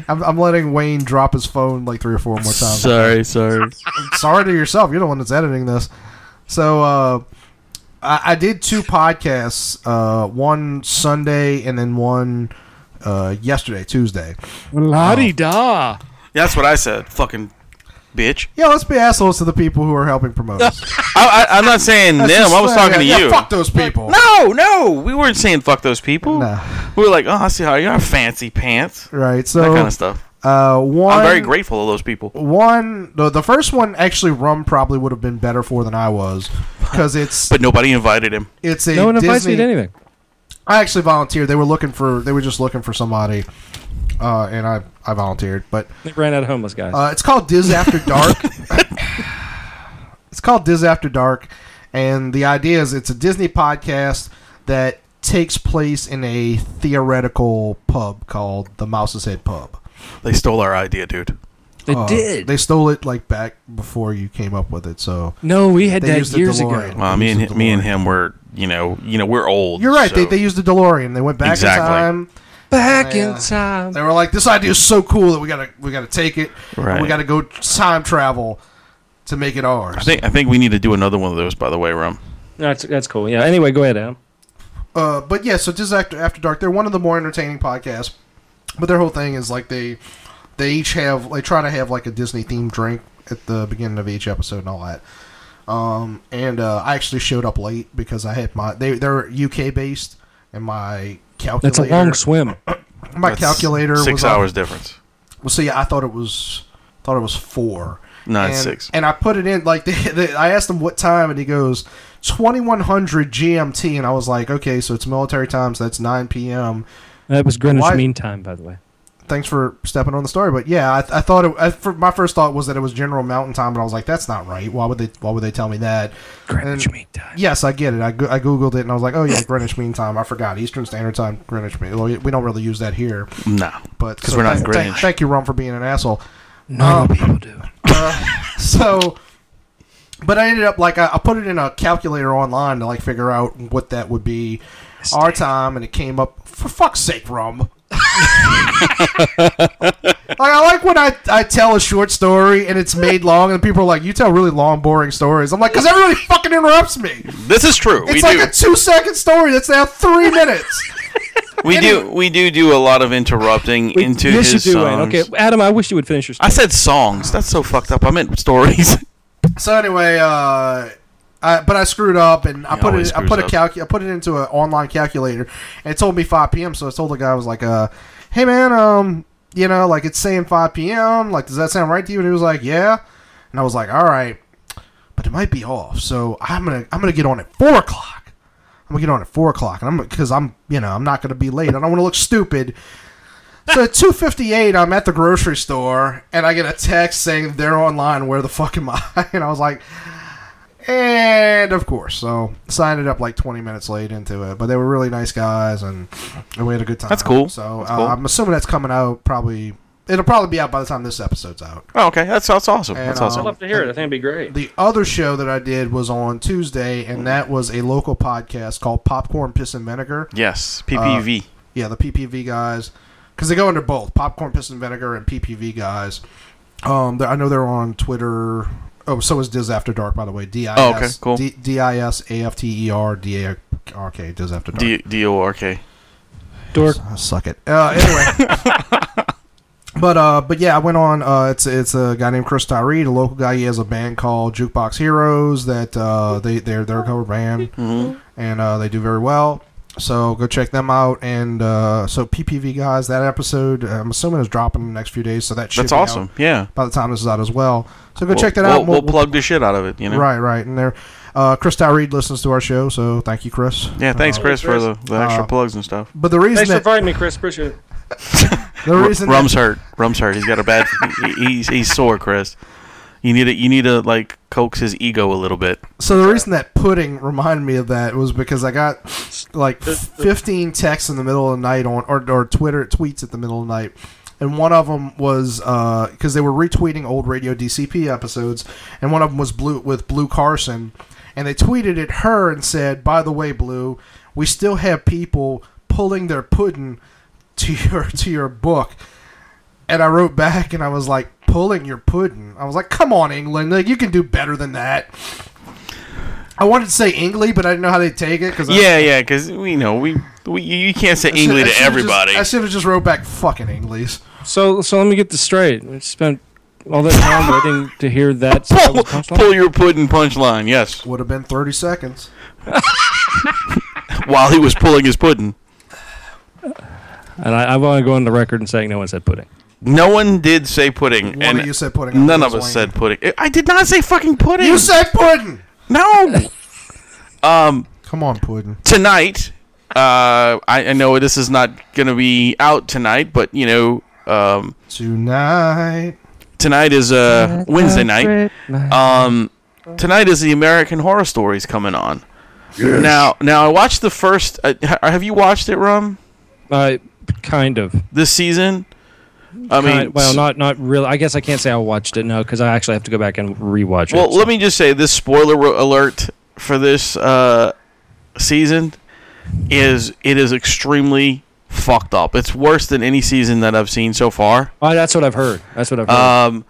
C: I'm, I'm letting Wayne drop his phone like three or four more times.
B: sorry, sorry.
C: Sorry to yourself. You're the one that's editing this. So uh, I, I did two podcasts. Uh, one Sunday and then one uh, yesterday, Tuesday.
D: la
C: Oh.
D: di da.
B: That's what I said. Fucking bitch.
C: Yeah, let's be assholes to the people who are helping promote us.
B: I, I, I'm not saying them. I was
C: Yeah,
B: talking
C: yeah,
B: to you.
C: Fuck those people.
B: No, no, we weren't saying fuck those people.
C: Nah.
B: We were like, oh, I see how you are, fancy pants,
C: Right. So
B: that kind of stuff.
C: Uh, one.
B: I'm very grateful to those people.
C: One, the, the first one actually, Rum probably would have been better for than I was because it's
B: But nobody invited him.
C: it's a
D: No one
C: Disney.
D: invites me to anything.
C: I actually volunteered. They were looking for they were just looking for somebody, uh, and I I volunteered. But
D: They ran out of homeless guys.
C: uh, it's called Diz After Dark. it's called Diz After Dark, and the idea is it's a Disney podcast that takes place in a theoretical pub called the Mouse's Head Pub.
B: They stole our idea, dude.
D: they
C: Uh,
D: did.
C: They stole it like back before you came up with it. So
D: no, we had
C: they
D: that
C: used the
D: years ago.
C: DeLorean.
B: Well, me and hi- me and him were, you know, you know, we're old.
C: You're right. They,
B: so-
C: they used the DeLorean. They went back
B: Exactly.
C: in time.
D: Back
C: They, uh,
D: in time.
C: They were like, "This idea is so cool that we gotta we gotta take it. and
B: Right.
C: We gotta go time travel to make it ours."
B: I think I think we need to do another one of those. By the way, Rum.
D: That's that's cool. Yeah. Anyway, go ahead, Adam.
C: uh, but yeah, so just after After Dark, they're one of the more entertaining podcasts. But their whole thing is like they they each have they try to have like a Disney themed drink at the beginning of each episode and all that. Um, and uh, I actually showed up late because I had my they they're UK based and my
D: That's
C: calculator
D: a long swim.
C: my
B: That's
C: calculator
B: Six
C: was off.
B: hours difference.
C: Well, see, I thought it was thought it was four.
B: No,
C: and,
B: it's six.
C: And I put it in like they, they, I asked him what time, and he goes twenty one hundred GMT, and I was like, okay, so it's military time, so that's nine p.m.
D: That was Greenwich
C: Why-
D: Mean Time, by the way.
C: Thanks for stepping on the story, but yeah, I, I thought it, I, for, my first thought was that it was General Mountain Time, and I was like, that's not right. Why would they Why would they tell me that?
D: Greenwich
C: And-
D: Mean Time.
C: Yes, I get it. I, go- I googled it, and I was like, oh yeah, Greenwich Mean Time. I forgot Eastern Standard Time, Greenwich Mean. well, We don't really use that here,
B: No,
C: but
B: 'Cause we're not in
C: thank- thank-
B: Greenwich.
C: Thank you, Ron, for being an asshole. Uh,
D: Normal people do.
C: so but i ended up like I, I put it in a calculator online to like figure out what that would be our time and it came up for fuck's sake rum like i like when I, I tell a short story and it's made long and people are like you tell really long boring stories i'm like because everybody fucking interrupts me
B: this is true.
C: it's
B: we
C: like
B: do.
C: a two second story that's now three minutes
B: we do. We do do a lot of interrupting into
D: yes,
B: his
D: you do, Wayne.
B: songs.
D: Okay, Adam, I wish you would finish your
B: I
D: story.
B: said songs. That's so fucked up. I meant stories.
C: So anyway, uh, I, but I screwed up and I
B: He
C: put
B: always
C: it. I put a
B: screws
C: calc. I put it into an online calculator, and it told me 5 p.m. So I told the guy, I was like, uh, "Hey man, um, you know, like it's saying 5 p.m. Like, does that sound right to you?" And he was like, "Yeah," and I was like, "All right." but it might be off. So I'm gonna I'm gonna get on at four o'clock. I'm gonna get on at four o'clock, and I'm because I'm you know I'm not gonna be late. I don't want to look stupid. So at two fifty eight, I'm at the grocery store, and I get a text saying they're online. Where the fuck am I? And I was like. And of course, so signed it up like 20 minutes late into it, but they were really nice guys, and, and we had a good time.
B: That's cool.
C: So
B: That's
C: uh,
B: cool.
C: I'm assuming that's coming out probably. It'll probably be out by the time this episode's out.
B: Oh, okay. That's that's awesome.
C: And,
B: That's
C: um,
B: awesome.
D: I'd love to hear it. I think it'd be great.
C: The other show that I did was on Tuesday, and that was a local podcast called Popcorn Piss and Vinegar.
B: yes, PPV.
C: Yeah, the PPV guys, because they go under both popcorn, piss, and vinegar, and PPV guys. Um, they're- I know they're on Twitter. Oh, so is Diz After Dark, by the way. D I
B: Oh, okay,
C: S
B: cool.
C: D D I S A F T E R D A R K. Diz After Dark.
B: D D O R K.
D: Dork.
C: I suck it. Uh, anyway. But uh, but yeah, I went on. Uh, it's it's a guy named Chris Tyree, a local guy. He has a band called Jukebox Heroes that uh, they they're they're a cover band,
B: Mm-hmm.
C: and uh, they do very well. So go check them out. And uh, so PPV guys, that episode I'm assuming is dropping in the next few days. So that should
B: That's
C: be out
B: awesome. Yeah.
C: by the time this is out as well. So go
B: We'll-
C: check that
B: we'll,
C: out. and
B: We'll, plug the shit out of it. You know.
C: right right. And there, uh, Chris Tyree listens to our show, so thank you, Chris.
B: Yeah. Thanks, Chris, for the, the extra
C: Uh,
B: plugs and stuff.
C: But the reason
D: Thanks for
C: that,
D: inviting me, Chris. Appreciate it.
C: the reason
B: Rum's hurt. Rum's hurt. He's got a bad. he- he's he's sore, Chris. You need to you need to like coax his ego a little bit.
C: So the reason that pudding reminded me of that was because I got like 15 texts in the middle of the night on or, or Twitter tweets at the middle of the night. And one of them was because they were retweeting old Radio DCP episodes, and one of them was Blue with Blue Carson, and they tweeted at her and said, "By the way, Blue, we still have people pulling their pudding to your to your book." And I wrote back, and I was like, "Pulling your pudding." I was like, "Come on, England, like, you can do better than that." I wanted to say Ingley, but I didn't know how they take it because
B: Yeah, yeah, because we know we, we you can't say English to everybody.
C: I should have just wrote back fucking Ingleys.
D: So, so let me get this straight. We spent all that time waiting to hear that.
B: pull,
D: punchline.
B: pull your pudding punchline. Yes,
C: Would have been 30 seconds.
B: while he was pulling his pudding.
D: And I, I want to go on the record and saying no one said pudding.
B: No one did say pudding,
C: One
B: and
C: of you said pudding.
B: none of us said pudding. Eh, I- I did not say fucking pudding.
C: You said pudding.
B: no. um,
C: Come on, pudding.
B: tonight, uh, I, I know this is not gonna be out tonight, but you know, um,
C: Tonight.
B: tonight is uh, Wednesday night. Um, tonight is the American Horror Stories coming on. Now, now I watched the first. Uh, ha- have you watched it, Rum?
D: Uh, kind of.
B: This season. I mean,
D: Kind- well, not not really. I guess I can't say I watched it no, because I actually have to go back and rewatch it.
B: Well, let me just say this spoiler ro- alert for this uh, season is it is extremely fucked up. It's worse than any season that I've seen so far.
D: Oh, that's what I've heard. That's what I've heard.
B: Um,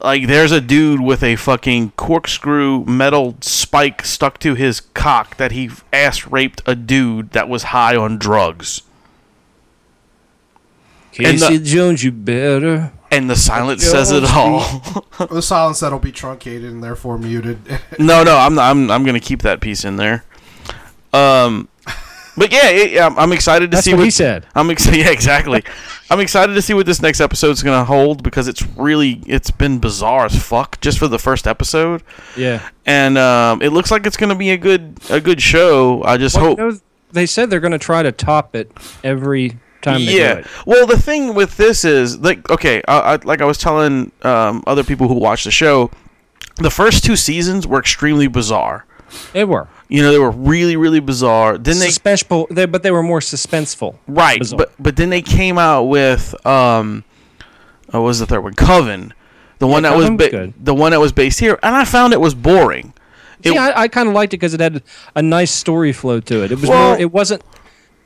B: like there's a dude with a fucking corkscrew metal spike stuck to his cock that he ass raped a dude that was high on drugs.
D: Casey
B: and
D: Jones, you better.
B: And the silence says it all.
C: The silence that'll be truncated and therefore muted.
B: No, no, I'm not, I'm I'm gonna keep that piece in there. Um, but yeah, it, I'm, I'm excited to
D: That's
B: see
D: what
B: what
D: he said.
B: I'm excited. Yeah, exactly. I'm excited to see what this next episode's gonna hold because it's really it's been bizarre as fuck just for the first episode,
D: Yeah.
B: and um, it looks like it's gonna be a good a good show. I just
D: Well, you
B: hope.
D: know, they said they're going to try to top it every time they do
B: yeah.
D: it.
B: Well, the thing with this is like okay, I, I, like I was telling um, other people who watch the show, the first two seasons were extremely bizarre.
D: They were.
B: You know, they were really really bizarre. Then they
D: Suspenseful, they, but they were more suspenseful.
B: Right,
D: Bizarre.
B: but but then they came out with um, oh, what was the third one? Coven, the one that was,
D: Coven was
B: ba-
D: good.
B: the one that was based here, and I found it was boring. It-
D: yeah, I, I kind of liked it because it had a nice story flow to it. It was
B: Well-
D: more. It wasn't.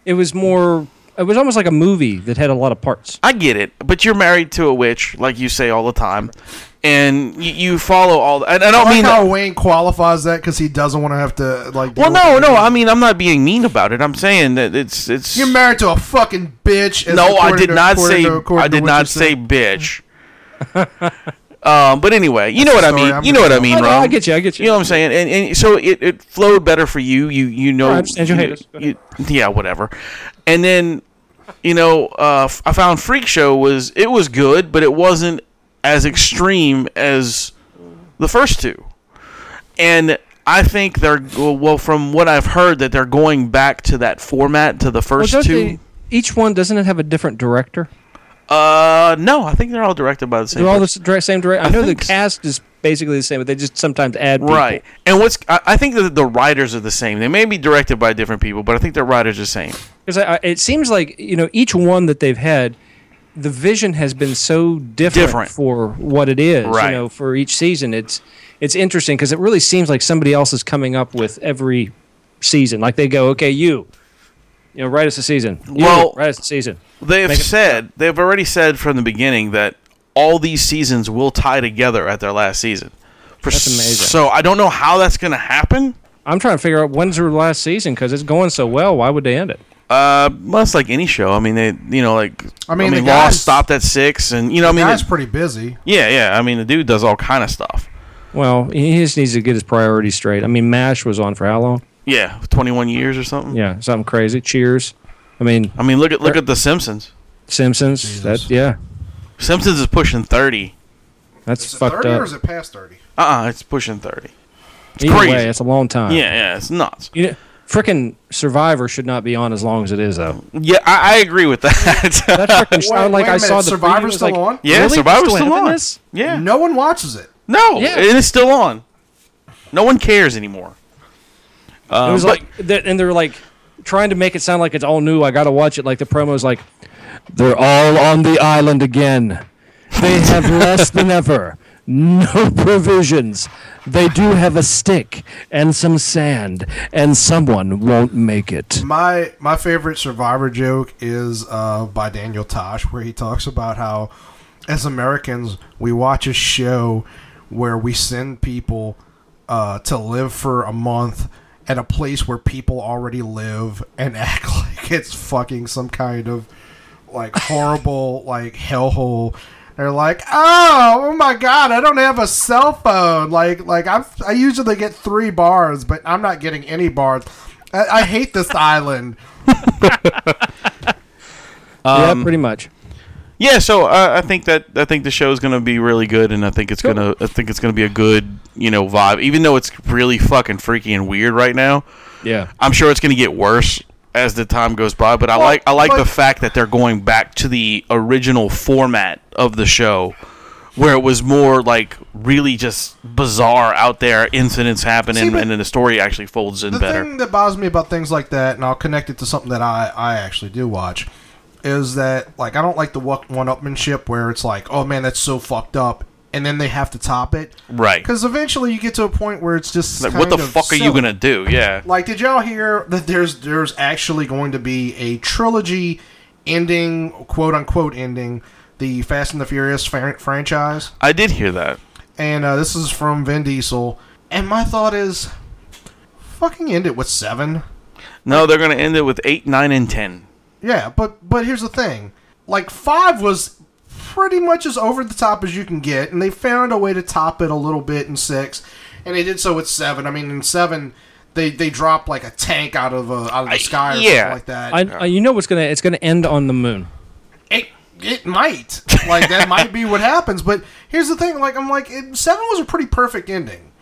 D: It was more. It was almost like a movie that had a lot of parts.
B: I get it, but you're married to a witch, like you say all the time, and you, you follow all. The, and I
C: I
B: don't
C: like
B: mean
C: how
B: that-
C: Wayne qualifies that because he doesn't want to have to like. deal
B: well, no,
C: with it.
B: no. I mean, I'm not being mean about it. I'm saying that it's it's.
C: You're married to a fucking bitch. as
B: no, I
C: according
B: did
C: to-
B: not
C: according
B: say.
C: to- according
B: I
C: to
B: did
C: what you
B: not
C: said.
B: say bitch. um, but anyway, you know what I
C: Sorry,
B: mean.
C: I'm
B: you know what I
C: gonna-
B: mean,
D: I, know,
B: Ron.
D: I get you. I get you.
B: You know what I'm saying? And, and so it, it flowed better for you. You you know.
D: I understand you hate us. Go
B: you- yeah, whatever. And then, you know, uh, f- I found Freak Show was it was good, but it wasn't as extreme as the first two. and I think they're well from what I've heard that they're going back to that format to the first
D: don't
B: two.
D: they- each one doesn't it have a different director?
B: Uh, no, I think they're all directed by the same.
D: They're all the
B: person.
D: s- direct, same director. I,
B: I
D: know the
B: think so.
D: cast is basically the same, but they just sometimes add people.
B: right. And what's I, I think that the writers are the same. They may be directed by different people, but I think their writers are the same.
D: Because I, I, it seems like you know each one that they've had, the vision has been so different,
B: Different.
D: for what it is.
B: Right.
D: You know, for each season, it's it's interesting because it really seems like somebody else is coming up with every season. Like they go, okay, you, you know, write us a season. You,
B: Well-
D: write us a season.
B: They've
D: Make it-
B: said they've already said from the beginning that all these seasons will tie together at their last season. For
D: That's amazing.
B: So I don't know how that's going to happen.
D: I'm trying to figure out when's their last season because it's going so well. Why would they end it?
B: Uh, well, it's like any show. I mean, they you know like
C: I mean, the
B: Lost
C: guys-
B: stopped at six, and you know I mean
C: Guy's
B: it-
C: pretty busy.
B: yeah yeah I mean the dude does all kind of stuff.
D: Well, he just needs to get his priorities straight. I mean, Mash was on for how long?
B: Yeah, twenty one years or something.
D: Yeah, something crazy. Cheers. I mean,
B: I mean look at look at the Simpsons.
D: Simpsons. That yeah,
B: Simpsons is pushing thirty.
D: that's
C: Is it
D: fucked
C: 30
D: up.
C: or is it past 30?
B: Uh uh it's pushing thirty.
D: Either
B: crazy.
D: way, it's a long time.
B: Yeah, yeah, it's nuts.
D: You know, frickin' Survivor should not be on as long as it is though.
B: Yeah, I, I agree with that.
D: That frickin' show,
C: Wait-
D: like
C: wait a
D: I saw
C: minute,
D: the
C: Survivor's
D: preview, it was
C: still
D: like,
C: on?
B: yeah,
D: really? They're
B: Survivor's
D: still
B: still
D: having
B: on.
D: this?
B: Yeah,
C: No one watches it.
B: no,
D: Yeah.
B: it is still on. No one cares anymore. Um,
D: it was
B: but-
D: like, that, and they're like trying to make it sound like it's all new. I gotta watch it. Like the promo's like, they're all on the island again. They have less than ever. No provisions. They do have a stick and some sand, and someone won't make it.
C: My my favorite Survivor joke is uh, by Daniel Tosh, where he talks about how, as Americans, we watch a show where we send people uh, to live for a month at a place where people already live and act like it's fucking some kind of like horrible like hellhole. They're like, oh, oh my god, I don't have a cell phone. Like, like I, I usually get three bars, but I'm not getting any bars. I, I hate this island.
B: Um,
D: yeah, pretty much.
B: Yeah, so uh, I think that I think the show is going to be really good, and I think it's gonna I think it's going to be a good you know vibe. Even though it's really fucking freaky and weird right now,
D: Yeah.
B: I'm sure it's going to get worse as the time goes by. But I
C: Well,
B: like I like the
C: but-
B: fact that they're going back to the original format of the show, where it was more like really just bizarre out there incidents happen,
C: See,
B: and,
C: but-
B: and then the story actually folds in
C: The
B: better.
C: thing that bothers me about things like that, and I'll connect it to something that I, I actually do watch, is that like I don't like the one upmanship where it's like, oh man, that's so fucked up, and then they have to top it,
B: Right.
C: Because eventually you get to a point where it's just
B: like, what the
C: kind of
B: fuck are you
C: silly.
B: going to do? Yeah.
C: Like, did y'all hear that there's there's actually going to be a trilogy ending, quote unquote ending, the Fast and the Furious fran- franchise?
B: I did hear that.
C: And uh, this is from Vin Diesel. And my thought is, fucking end it with seven.
B: No, they're going to end it with eight, nine, and ten.
C: Yeah, but but here's the thing. Like five was pretty much as over the top as you can get, and they found a way to top it a little bit in six, and they did so with seven. I mean, in seven, they they dropped like a tank out of uh, out of the
B: I-
C: sky or
B: yeah.
C: something like that.
D: I, I, you know what's gonna it's gonna end on the moon.
C: it it might like that might be what happens but here's the thing like i'm like it, seven was a pretty perfect ending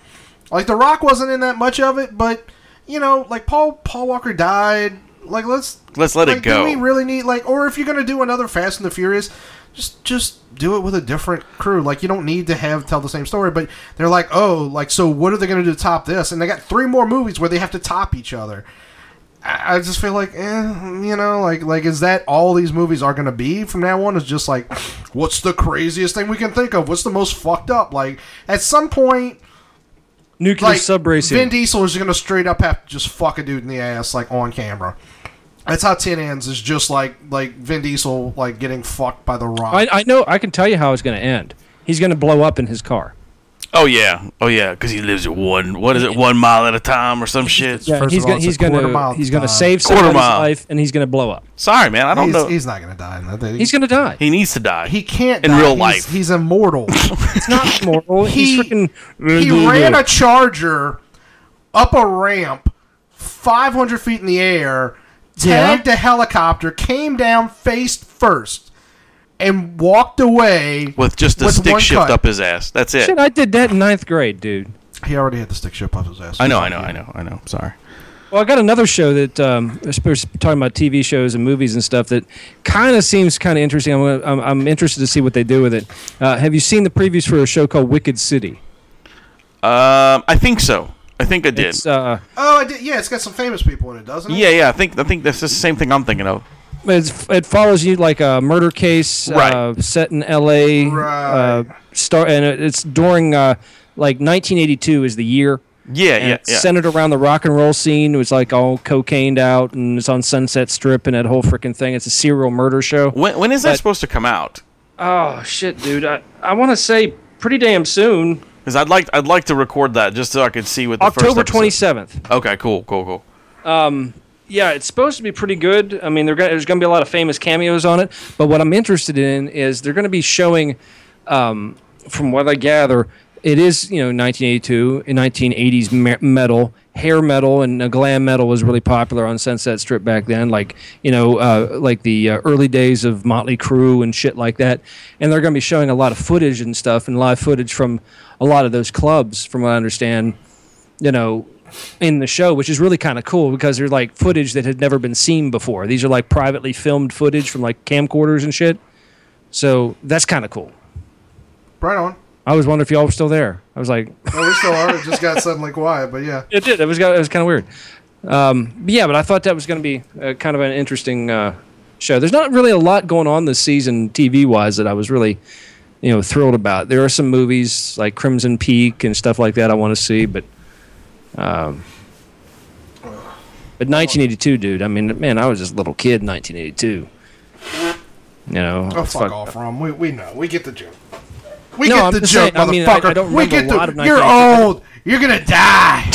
C: like the rock wasn't in that much of it but you know like paul paul walker died like let's
B: Let's let it
C: like, do
B: go.
C: we really need like or if you're gonna do another fast and the furious just just do it with a different crew like you don't need to have tell the same story but they're like oh like so what are they gonna do to top this and they got three more movies where they have to top each other I I just feel like, eh, you know, like like is that all these movies are gonna be from now on? Is just like, what's the craziest thing we can think of? What's the most fucked up? Like at some point,
D: Nuclear
C: like
D: sub
C: Vin
D: racing.
C: Diesel is gonna straight up have to just fuck a dude in the ass like on camera. That's how Ten ends is just like like Vin Diesel like getting fucked by the Rock.
D: I, I know. I can tell you how it's gonna end. He's gonna blow up in his car.
B: Oh yeah, oh yeah, because he lives at one. What is it? One mile at a time or some shit.
D: Yeah,
C: First
D: he's
C: of all,
D: gonna
C: it's a
D: he's
C: quarter mile
D: gonna he's gonna
C: time.
D: save
B: Quarter
D: somebody's
B: mile.
D: life and he's gonna blow up.
B: Sorry, man, I don't
C: he's,
B: know.
C: he's not gonna die. in that. He-
D: He's gonna die.
B: he needs to die.
C: he can't
B: in
C: die.
B: real
C: He's-
B: life.
C: He's immortal.
D: He's not immortal.
C: He-
D: he's freaking.
C: he ran a charger up a ramp 500 feet in the air tagged a helicopter came down face first and walked away
B: with just a
C: with
B: stick
C: one
B: shift
C: cut.
B: up his ass. That's it.
D: Shit, I did that in ninth grade, dude.
C: He already had the stick ship up his ass.
B: I know, I know, I know, I know. Sorry.
D: Well, I got another show that um, I suppose talking about TV shows and movies and stuff that kind of seems kind of interesting. I'm, gonna- I'm, I'm interested to see what they do with it. Uh, have you seen the previews for a show called Wicked City?
B: Um, I think so. I think I did.
D: It's uh,
C: Oh, I did. Yeah, it's got some famous people in it, doesn't it?
B: yeah, yeah. I think I think that's the same thing I'm thinking of.
D: it's, it follows you like a murder case uh,
B: Right.
D: set in L.A. Uh,
C: Right.
D: star and it- it's during uh, like 1982 is the year.
B: Yeah,
D: and
B: yeah,
D: it's
B: yeah.
D: centered around the rock and roll scene. It was like all cocained out, and it's on Sunset Strip and that whole freaking thing. It's a serial murder show.
B: when, when is that
D: but-
B: supposed to come out?
D: Oh shit, dude! I, I want to say pretty damn soon,
B: Because I'd like I'd like to record that just so I could see what the
D: October
B: first
D: twenty
B: episode-
D: seventh.
B: Okay, cool, cool, cool.
D: Yeah, it's supposed to be pretty good. I mean, they're gonna, there's going to be a lot of famous cameos on it. But what I'm interested in is they're going to be showing, um, from what I gather, it is you know 1982 and 1980s me- metal. Hair metal and uh, glam metal was really popular on Sunset Strip back then, like you know, uh, like the uh, early days of Motley Crue and shit like that. And they're going to be showing a lot of footage and stuff, and live footage from a lot of those clubs, from what I understand. You know, in the show, which is really kind of cool because they're like footage that had never been seen before. These are like privately filmed footage from like camcorders and shit. So that's kind of cool.
C: Right on.
D: I was wondering if y'all were still there. I was like,
C: Oh, we still are. It just got suddenly quiet, but yeah.
D: it did. It was, it was kind of weird. Um, but yeah, but I thought that was going to be uh, kind of an interesting uh, show. There's not really a lot going on this season TV wise that I was really, you know, thrilled about. There are some movies like Crimson Peak and stuff like that I want to see, but. Um, but 1982, dude. I mean, man, I was just a little kid in 1982. You know,
C: Oh,
D: it's
C: fuck,
D: fuck-
C: off, Rom. We, we know. We get the joke. We
D: No,
C: get
D: I'm
C: the
D: just
C: joke,
D: saying, I mean, I- I
C: motherfucker.
D: don't
C: we
D: remember
C: get
D: a
C: the.
D: lot of
C: you're
D: 1982.
C: old. You're gonna die.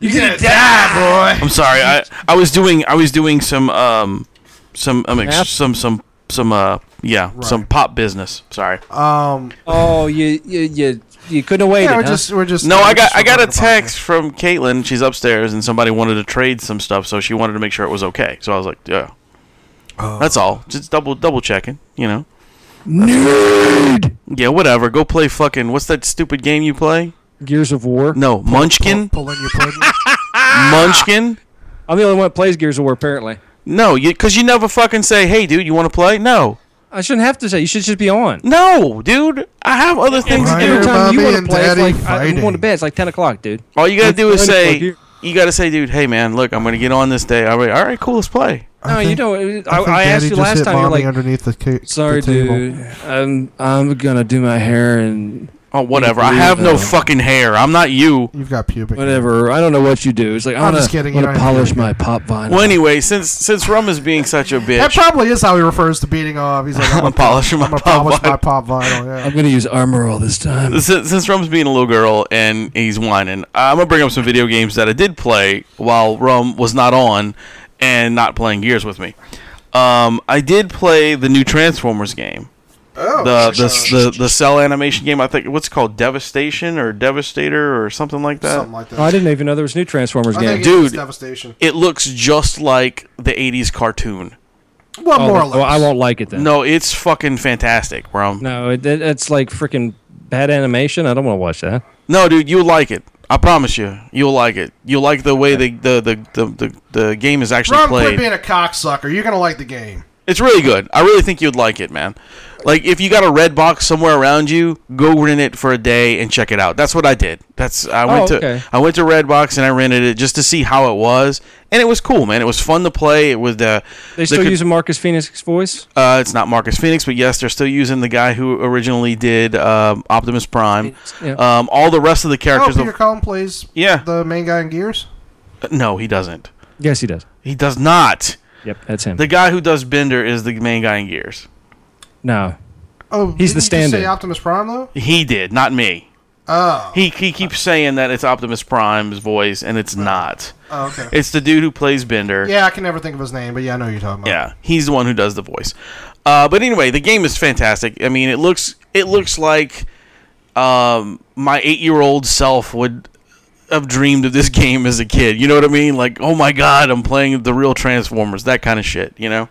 C: you're gonna die, boy.
B: I'm sorry. I, I was doing I was doing some um some um, ex-
D: Math?
B: some some some uh yeah some
C: Right.
B: pop business. Sorry.
C: Um.
D: Oh, you you you, you couldn't have waited.
C: Yeah, we're
D: huh?
C: just we're just.
B: No,
C: we're
B: I got
C: just
B: I got a
C: talking about
B: text from Caitlin. She's upstairs, and somebody wanted to trade some stuff, so she wanted to make sure it was okay. So I was like, yeah,
C: Oh.
B: that's all. Just double double checking, you know. Nerd. Yeah, whatever. Go play fucking. What's that stupid game you play?
D: Gears of War.
B: No, Munchkin.
C: pull- pulling your pudding. ah!
B: Munchkin.
D: I'm the only one that plays Gears of War, apparently.
B: No, you because you never fucking say, hey, dude, you want to play? No,
D: I shouldn't have to say. You should just be on.
B: no, dude. I have other things to
C: Right.
B: do.
D: Every time
C: Bobby
D: you want to
C: and
D: play, it's
C: Daddy
D: like I- I'm going to
C: fighting.
D: bed. It's like ten o'clock, dude.
B: All you gotta do is
D: Let's play
B: say,
D: fuck you.
B: you gotta say, dude, hey man, look, I'm gonna get on this day. All right, all right, cool, let's play.
D: No, you don't. I, I, asked you last time. You're like,
C: underneath the ca-
D: sorry, dude. I'm I'm gonna do my hair and
B: Oh, whatever. I
D: believe
B: have no
D: that.
B: fucking hair. I'm not you.
C: You've got pubic.
D: whatever. I don't know what you do. It's like I'm,
C: I'm
D: gonna,
C: just kidding, you
D: I'm gonna
C: don't have
D: polish
C: to.
D: my pop vinyl.
B: Well, anyway, since since Rum is being such a
C: That
B: bitch,
C: probably is how he refers to beating off. He's like, I'm
B: I'm
C: gonna
B: polishing my pop.
C: polish my
B: vinyl.
C: pop vinyl. Yeah.
D: I'm gonna use armor all this time.
B: Since, since Rum's being a little girl and he's whining, I'm gonna bring up some video games that I did play while Rum was not on and not playing Gears with me. Um, I did play the new Transformers game.
C: Oh,
B: the the, the the cell animation game. I think what's it called Devastation or Devastator or something like that.
C: something like that.
D: Oh, I didn't even know there was new Transformers
C: I
D: game.
C: think
B: Dude.
C: it's devastation.
B: it looks just like the 80s cartoon.
C: Well,
D: Oh,
C: more or less.
D: well, I won't like it then.
B: No, it's fucking fantastic, bro. No,
D: no, it, it- it's like freaking bad animation. I don't want to watch that.
B: dude, you'll like it. I promise you. You'll like it. You'll like the way the the, the, the, the, the game is actually
C: Ron, quit
B: played.
C: being a cocksucker. You're gonna like the game.
B: It's really good. I really think you'd like it, man. Like if you got a red box somewhere around you, go rent it for a day and check it out. That's what I did. That's I went to
D: Oh, okay.
B: I went to Redbox and I rented it just to see how it was, and it was cool, man. It was fun to play. It was the
D: They
B: the
D: still
B: con-
D: using Marcus Phoenix's voice.
B: uh, it's not Marcus Phoenix, but yes, they're still using the guy who originally did um, Optimus Prime.
D: Yeah.
B: Um, all the rest of the
C: Oh,
B: characters.
C: Peter Cullen plays
B: Yeah.
C: the main guy in Gears.
B: no, he doesn't.
D: Yes, he does.
B: He does not.
D: Yep, that's him.
B: The guy who does Bender is the main guy in Gears.
D: no,
C: Oh, didn't
D: He's the
C: you just Say
D: stand-in.
C: Optimus Prime though.
B: He did, not me.
C: Oh,
B: He he keeps saying that it's Optimus Prime's voice, and it's not.
C: oh okay.
B: It's the dude who plays Bender.
C: Yeah, I can never think of his name, but yeah, I know who you're talking about.
B: Yeah, he's the one who does the voice. Uh, but anyway, the game is fantastic. I mean, it looks it looks like um, my eight year old self would have dreamed of this game as a kid. You know what I mean? Like, oh my god, I'm playing the real Transformers, that kind of shit. You know.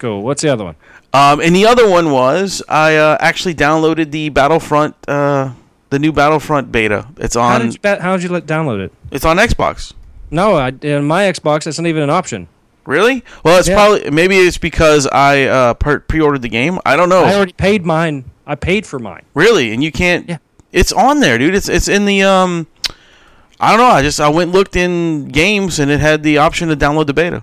D: cool. What's the other one?
B: Um, and the other one was I uh, actually downloaded the Battlefront uh, the new Battlefront beta. It's
D: How
B: on
D: did you, that, how did you let download it?
B: it's on Xbox.
D: No, I, in my Xbox, that's not even an option.
B: Really? Well, it's
D: Yeah.
B: probably maybe it's because I uh, per- pre-ordered the game. I don't know.
D: I already paid mine. I paid for mine.
B: Really? And you can't?
D: Yeah.
B: It's on there, dude. It's it's in the um. I don't know. I just I went and looked in games and it had the option to download the beta.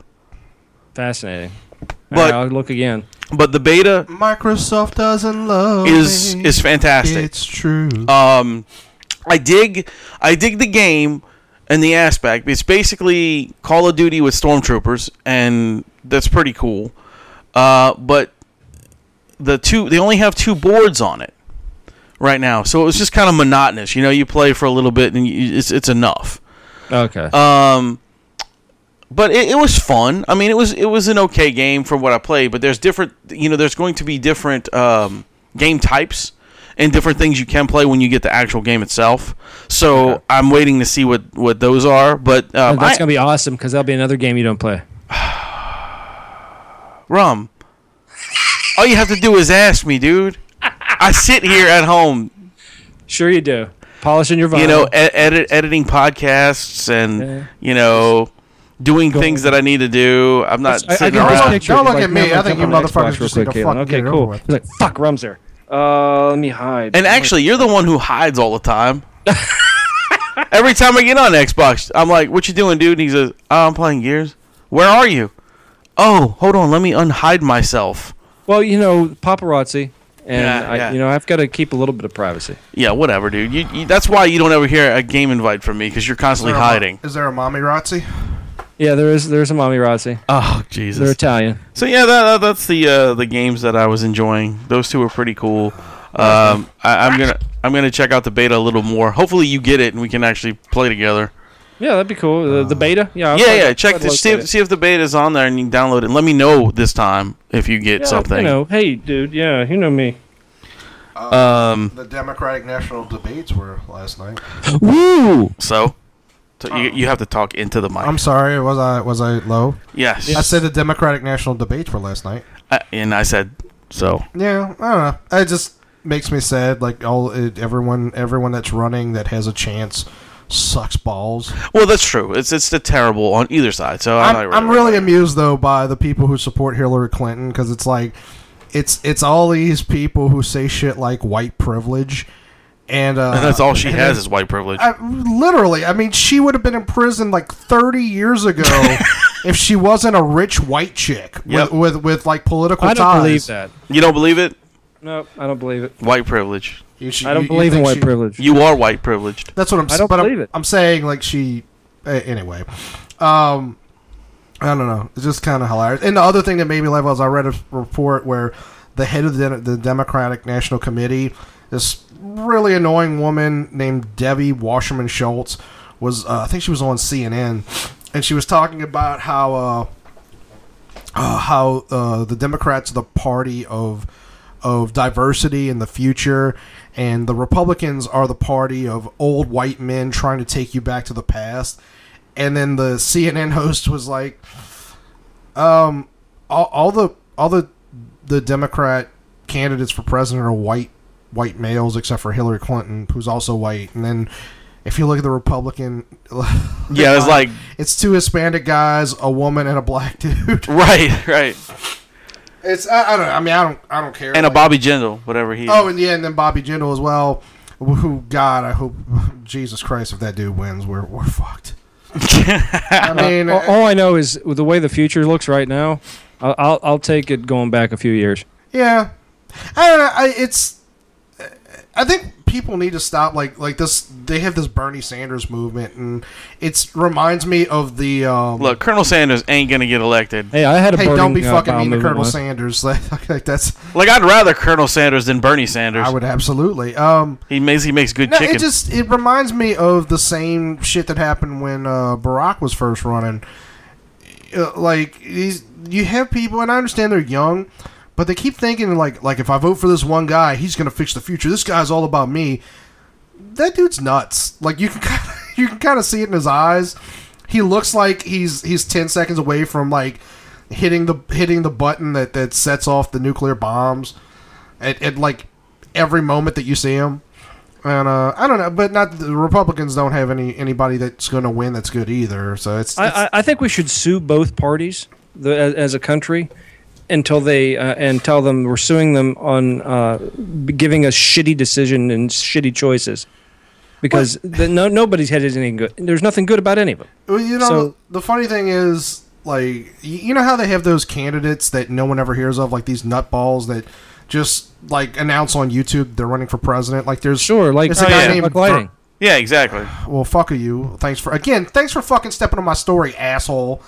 D: Fascinating. All
B: But-
D: right, I'll look again.
B: But the beta
C: Microsoft doesn't
D: Oh,
C: love
B: is
C: me.
B: is fantastic.
C: It's true.
B: Um, I dig I dig the game and the aspect. It's basically Call of Duty with stormtroopers, and that's pretty cool. Uh, but the two they only have two boards on it right now, so it was just kind of monotonous. You know, you play for a little bit and you, it's it's enough.
D: Okay.
B: Um, but it, it was fun. I mean, it was it was an okay game from what I played. But there's different, you know, there's going to be different um, game types and different things you can play when you get the actual game itself. So I'm waiting to see what what those are. But um,
D: that's
B: I-
D: gonna be awesome because that'll be another game you don't play.
B: rum. All you have to do is ask me, dude. I sit here at home,
D: Sure you do. Polishing your vinyl.
B: you know, e- edit editing podcasts and
D: Uh-huh. Yeah.
B: you know, doing things that I need to do. I'm not.
D: I, I
B: sitting
D: can just
B: around.
D: picture
C: Don't
D: it.
C: look
D: Like,
C: at me.
D: man,
C: I think
D: I'm gonna
C: you
D: jump on
C: motherfuckers
D: Xbox
C: just
D: real
C: need to
D: quick,
C: fucking
D: Caitlin.
C: get
D: Okay,
C: it
D: cool.
C: over with.
D: He's like, fuck, Rum's there. Uh, let me hide.
B: And
D: I'm like,
B: actually, you're the one who hides all the time. Every time I get on Xbox, I'm like, "What you doing, dude?" And he says, oh, "I'm playing Gears." Where are you? Oh, hold on, let me unhide myself.
D: well, you know, paparazzi, and
B: Yeah,
D: I,
B: yeah.
D: you know, I've got to keep a little bit of privacy.
B: Yeah, whatever, dude. You, you, that's why you don't ever hear a game invite from me because you're
C: Is there
B: constantly
C: a mo-
B: hiding.
C: Is there a mommy Rotzi?
D: Yeah, there is. There's a mommy Rossi.
B: Oh,
D: They're
B: Jesus.
D: Italian.
B: So yeah, that, that, that's the uh, the games that I was enjoying. Those two were pretty cool. Um, I, I'm gonna I'm gonna check out the beta a little more. Hopefully, you get it and we can actually play together.
D: Yeah, that'd be cool. The, the beta. Yeah. I'll
B: yeah,
D: probably-
B: yeah. Check
D: probably
B: to see
D: locate
B: if,
D: it.
B: see if the beta is on there and you can download it. And let me know this time if you get
D: Yeah,
B: something.
D: You know, hey, dude. Yeah, you know me.
B: Um.
C: The Democratic National debates were last night.
D: Woo!
B: So, so you, you have to talk into the mic.
C: Um, I'm sorry. Was I was I low?
B: yes.
C: I said the Democratic National debates were last night.
B: I- and I said so.
C: Yeah, I don't know. It just makes me sad. Like all it, everyone, everyone that's running that has a chance sucks balls.
B: Well, that's true. It's it's the terrible on either side. So I'm,
C: I'm,
B: not really.
C: I'm really amused though by the people who support Hillary Clinton because it's like it's it's all these people who say shit like white privilege, and, uh,
B: And that's all she
C: and
B: has
C: then-
B: is white privilege.
C: I, literally, I mean, she would have been in prison like 30 years ago if she wasn't a rich white chick with
B: Yep.
C: with, with, like political
D: I
C: ties.
D: don't believe that.
B: you don't believe it?
D: No, I don't believe it.
B: White privilege.
C: You sh-
D: I
C: you-
D: don't
C: you
D: believe in
C: think
D: white
C: she-
D: privilege.
B: You are white privileged.
C: That's what I'm.
D: I don't
C: but
D: believe
C: I'm,
D: it.
C: I'm saying like she. a- Anyway, um, I don't know. It's just kind of hilarious. And the other thing that made me laugh was I read a report where the head of the, the Democratic National Committee, this really annoying woman named Debbie Wasserman Schultz, was uh, I think she was on CNN, and she was talking about how. Uh, uh, how uh, the Democrats are the party of of diversity in the future, and the Republicans are the party of old white men trying to take you back to the past. And then the CNN host was like, um, all, all the all the the Democrat candidates for president are white white males, except for Hillary Clinton, who's also white. And then if you look at the Republican,
B: Yeah, it's like
C: it's two Hispanic guys, a woman, and a black dude.
B: right, right,
C: It's I, I don't know. I mean, I don't I don't care.
B: and a
C: Like,
B: Bobby Jindal, whatever he.
C: oh, and yeah, and then Bobby Jindal as well. Who God, I hope Jesus Christ, if that dude wins, we're we're fucked. I mean,
D: all, all I know is the way the future looks right now. I'll, I'll, I'll take it going back a few years.
C: yeah, I don't know. I, it's I think people need to stop like like this. They have this Bernie Sanders movement, and it's reminds me of the um,
B: Look, Colonel Sanders ain't gonna get elected.
D: Hey, I had a
C: Hey,
D: burning,
C: don't be
D: uh,
C: fucking
D: bowel
C: mean to
D: movement
C: Colonel
D: once.
C: Sanders. Like, like that's
B: Like I'd rather Colonel Sanders than Bernie Sanders.
C: I would absolutely. Um,
B: He makes he makes good
C: No,
B: chicken.
C: it just it reminds me of the same shit that happened when uh, Barack was first running. Uh, like these, you have people, and I understand they're young, but they keep thinking like like if I vote for this one guy, he's gonna fix the future. This guy's all about me. That dude's nuts. Like you can kind of, you can kind of see it in his eyes. He looks like he's he's ten seconds away from like hitting the hitting the button that that sets off the nuclear bombs at, at like every moment that you see him And uh, I don't know, but not the Republicans don't have any anybody that's going to win that's good either. So it's, it's
D: I, I, I think we should sue both parties the, as, as a country until they uh, and tell them we're suing them on uh, b- giving us shitty decision and shitty choices because the, no nobody's had anything good. There's nothing good about any of them.
C: Well, you know,
D: So-
C: the funny thing is, like, y- you know how they have those candidates that no one ever hears of, like these nutballs that just like announce on YouTube they're running for president. Like, there's
D: Sure, like
C: It's a
D: oh,
C: guy
D: yeah,
C: named
D: Buck Lighting.
B: Yeah, exactly.
C: well, fuck you. Thanks for again. Thanks for fucking stepping on my story, asshole.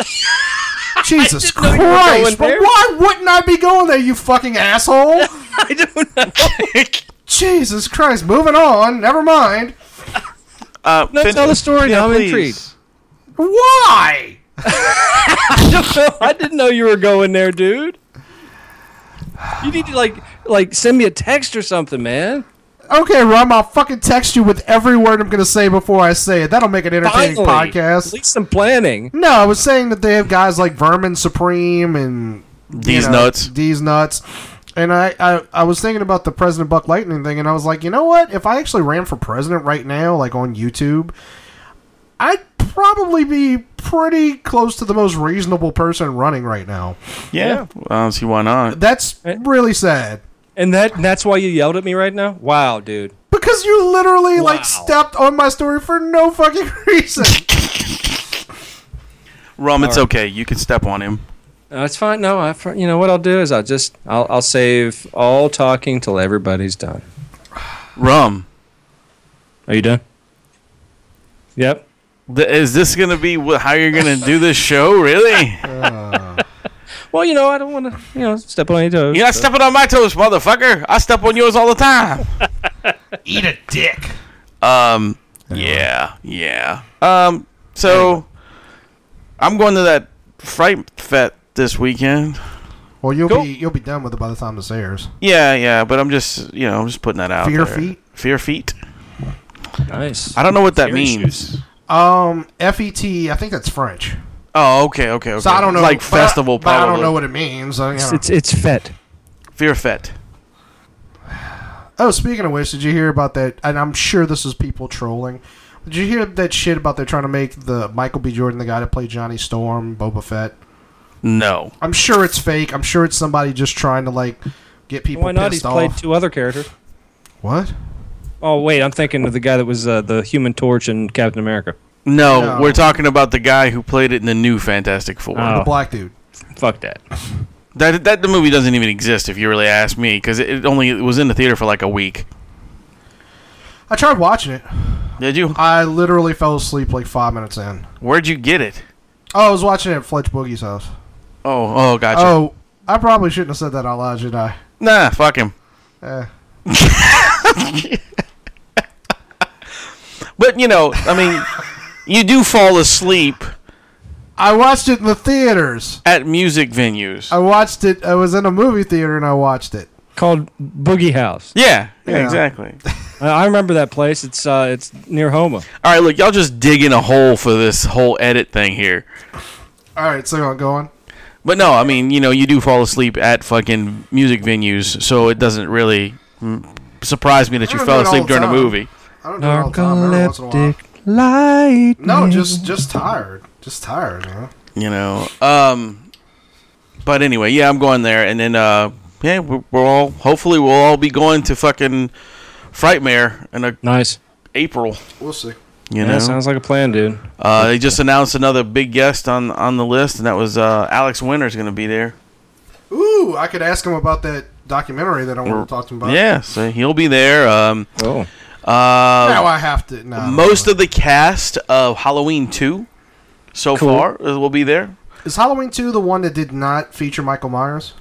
C: Jesus
D: you were going
C: Christ! But
D: there.
C: why wouldn't I be going there, you fucking asshole?
D: I don't know.
C: Jesus Christ! Moving on. Never mind.
B: Uh,
D: No, tell the story now, I'm intrigued.
C: Why?
D: I didn't know you were going there, dude. You need to like like send me a text or something, man.
C: Okay, Rum, I'll fucking text you with every word I'm gonna say before I say it. That'll make an entertaining
D: Finally.
C: podcast.
D: At least some planning.
C: No, I was saying that they have guys like Vermin Supreme and you
B: These
C: know,
B: nuts.
C: These nuts. And I, I, I was thinking about the President Buck Lightning thing, and I was like, you know what? If I actually ran for president right now, like on YouTube, I'd probably be pretty close to the most reasonable person running right now.
B: Yeah. I don't see why not.
C: That's
D: Eh.
C: really sad.
D: And that and that's why you yelled at me right now? Wow, dude.
C: Because you literally,
D: Wow.
C: like, stepped on my story for no fucking reason.
B: Rum, it's okay. You can step on him.
D: That's fine. No, I fr- you know what I'll do is I'll just I'll I'll save all talking till everybody's done.
B: Rum,
D: Are you done? Yep.
B: th- is this going to be wh- how you're going to do this show, really?
D: Well, you know, I don't want to, you know, step on any toes.
B: You're not stepping on my toes, motherfucker. I step on yours all the time.
A: Eat a dick.
B: Um, yeah, yeah. Um, so I'm going to that Fright Fet this weekend.
C: well, you'll
D: Cool.
C: be you'll be done with it by the time this airs.
B: Yeah, yeah, but I'm just, you know, I'm just putting that out
C: Fear
B: there.
C: feet?
B: Fear feet.
D: Nice.
B: I don't know what that
D: Fear
B: means.
D: issues.
C: Um, FET, I think that's French.
B: Oh, okay, okay, okay.
C: So I don't know.
B: Like
C: but I-
B: festival,
C: but
B: probably.
C: I don't know what it means. I, you know.
D: It's it's fet.
B: Fear Fet.
C: oh, speaking of which, did you hear about that? And I'm sure this is people trolling. Did you hear that shit about they're trying to make the Michael B. Jordan, the guy that played Johnny Storm, Boba Fett?
B: No.
C: I'm sure it's fake. I'm sure it's somebody just trying to like get people
D: Why not? He's
C: pissed
D: played
C: off.
D: two other characters.
C: what?
D: Oh wait, I'm thinking of the guy that was uh, the Human Torch and Captain America.
B: no,
C: No.
B: We're talking about the guy who played it in the new Fantastic Four.
D: Oh.
C: The black dude.
D: Fuck that.
B: That that the movie doesn't even exist if you really ask me because it, it only it was in the theater for like a week.
C: I tried watching it.
B: Did you?
C: I literally fell asleep like five minutes in.
B: Where'd you get it?
C: Oh, I was watching it at Fletch Boogie's house.
B: Oh, oh, gotcha.
C: Oh, I probably shouldn't have said that out loud, should I?
B: Nah, fuck him.
C: Eh.
B: But you know, I mean, you do fall asleep
C: I watched it in the theaters.
B: at music venues.
C: I watched it. I was in a movie theater and I watched it.
D: Called Boogie House.
B: yeah, yeah,
C: Yeah.
B: exactly.
D: I, I remember that place. It's uh, it's near Homa.
B: All right, look, y'all just digging a hole for this whole edit thing here.
C: All right, so I'm going.
B: But no, I mean, you know, you do fall asleep at fucking music venues, so it doesn't really mm, surprise me that you
C: I don't
B: fell
C: do it all
B: asleep
C: the
B: during a
C: time.
B: movie.
C: I don't do it all the time. Every once in a while.
D: Narcoleptic light.
C: No, just just tired. Just tired, man.
B: you know. Um, but anyway, yeah, I'm going there, and then uh, yeah, we're, we're all hopefully we'll all be going to fucking Frightmare in uh,
D: Nice.
B: April.
C: We'll see.
B: You
D: Yeah,
B: know,
D: sounds like a plan, dude.
B: uh, they just announced another big guest on on the list, and that was uh, Alex Winter's going to be there.
C: Ooh, I could ask him about that documentary that I want to talk to him about.
B: Yeah, so he'll be there. Um,
D: Oh,
B: uh,
C: Now I have to. No,
B: most of the cast of Halloween two so
D: Cool.
B: far uh, will be there.
C: is Halloween two the one that did not feature Michael Myers?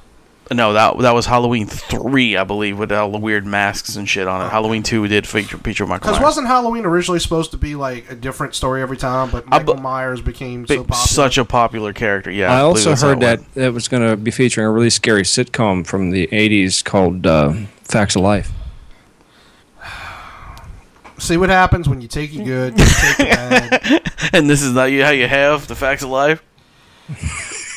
B: No, that that was Halloween three, I believe, with all the weird masks and shit on it. Halloween two did feature, feature Michael.
C: Because
B: Myers.
C: wasn't Halloween originally supposed to be like a different story every time? But
B: I bu-
C: Michael Myers became
B: Be-
C: so popular.
B: such a popular character. Yeah,
D: I
B: believe
D: also
B: that's how
D: heard
B: it
D: that
B: went.
D: it was going to be featuring a really scary sitcom from the '80s called uh, Facts of Life.
C: see what happens when you take it good, you take it bad.
B: and this is not you how you have the facts of life.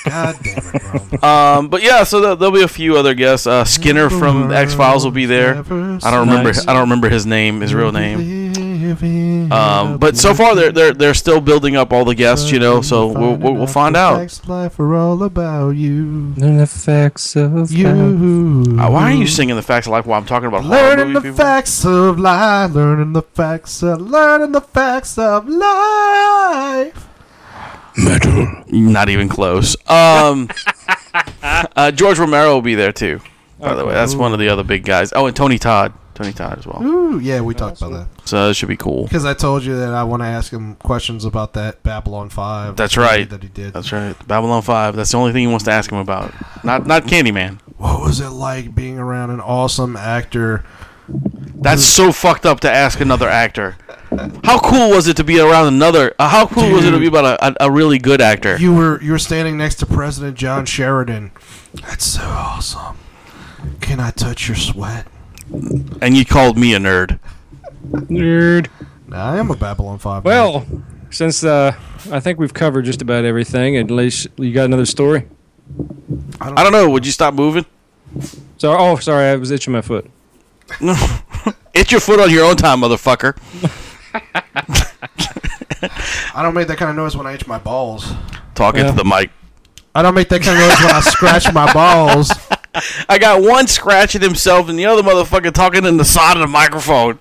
C: God damn it, bro.
B: Um, but yeah, so there'll, there'll be a few other guests. Uh, Skinner from X Files will be there. I don't remember.
D: Nice.
B: I don't remember his name, his real name. Um, but so far they're they're they're still building up all the guests, you know. So we'll we'll, we'll find out.
C: Next life are all about you.
D: Learn the facts of life.
C: You.
B: Uh, why are you singing the facts of life while I'm talking about horror
C: Mm-hmm. Learning
B: movie
C: the
B: people?
C: facts of life. Learning the facts of learning the facts of life.
B: Not even close. Um, uh, George Romero will be there too. By the way, that's one of the other big guys. Oh, and Tony Todd. Tony Todd as well.
C: Ooh, yeah, we talked about that
B: So that should be cool.
C: because I told you that I want to ask him questions about that Babylon Five.
B: That's right.
C: That he did.
B: That's right. Babylon Five. That's the only thing he wants to ask him about. Not not Candyman.
C: what was it like being around an awesome actor?
B: That's so fucked up to ask another actor. How cool was it to be around another? Uh, how cool was it to be about a, a, a really good actor?
C: You were you were standing next to President John Sheridan. That's so awesome. Can I touch your sweat?
B: and you called me a nerd.
D: Nerd.
C: Nah, I am a Babylon Five. man.
D: Well, since uh, I think we've covered just about everything, at least you got another story.
B: I don't know. Would you stop moving?
D: So, oh, sorry, I was itching my foot.
B: It's your foot on your own time, motherfucker.
C: I don't make that kind of noise when I itch my balls.
B: Talking
D: Yeah.
B: to the mic.
C: I don't make that kind of noise when I scratch my balls.
B: I got one scratching himself and the other motherfucker talking in the side of the microphone.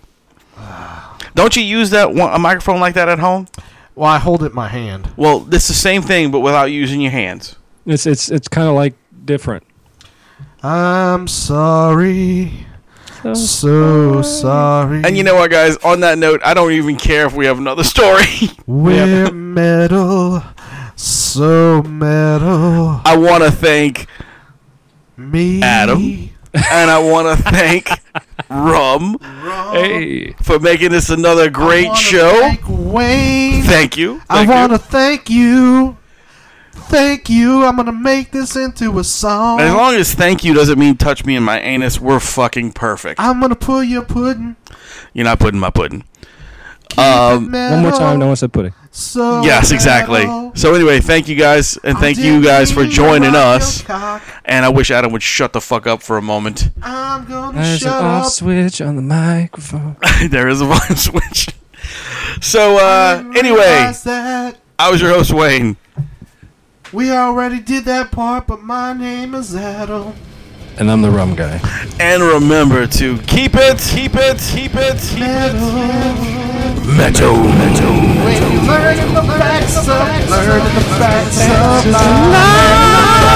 B: Don't you use that one, a microphone like that at home?
C: Well, I hold it in my hand.
B: Well, it's the same thing, but without using your hands.
D: It's it's it's kind of like different.
C: I'm sorry,
D: So-
C: so sorry.
B: And you know what, guys? On that note, I don't even care if we have another story.
C: we're metal, so metal.
B: I want to thank
C: Me,
B: Adam. and I want to thank Rum
D: hey,
B: for making this another
C: I
B: great
C: wanna
B: show.
C: Thank Wayne.
B: thank you.
C: I
B: Thank you.
C: want to thank you. Thank you. I'm gonna make this into a song.
B: As long as thank you doesn't mean touch me in my anus, we're fucking perfect.
C: I'm gonna pull your pudding.
B: You're not putting my pudding. Um,
D: one more time, no one said pudding.
C: So
B: Yes, exactly.
C: metal.
B: So anyway, thank you guys, and thank you
C: Didn't
B: guys for
C: mean to
B: joining
C: rock
B: us.
C: your cock.
B: And I wish Adam would shut the fuck up for a moment.
C: I'm gonna
D: There's an
C: shut
D: off
C: up.
D: switch on the microphone.
B: there is a volume switch. So uh,
C: and
B: anyway,
C: realize that
B: I was your host Wayne.
C: we already did that part, but my name is Adam.
D: And I'm the rum guy.
B: And remember to keep it, keep it, keep it, keep Metal, metal, metal.
C: Learning the facts of learning the facts of life.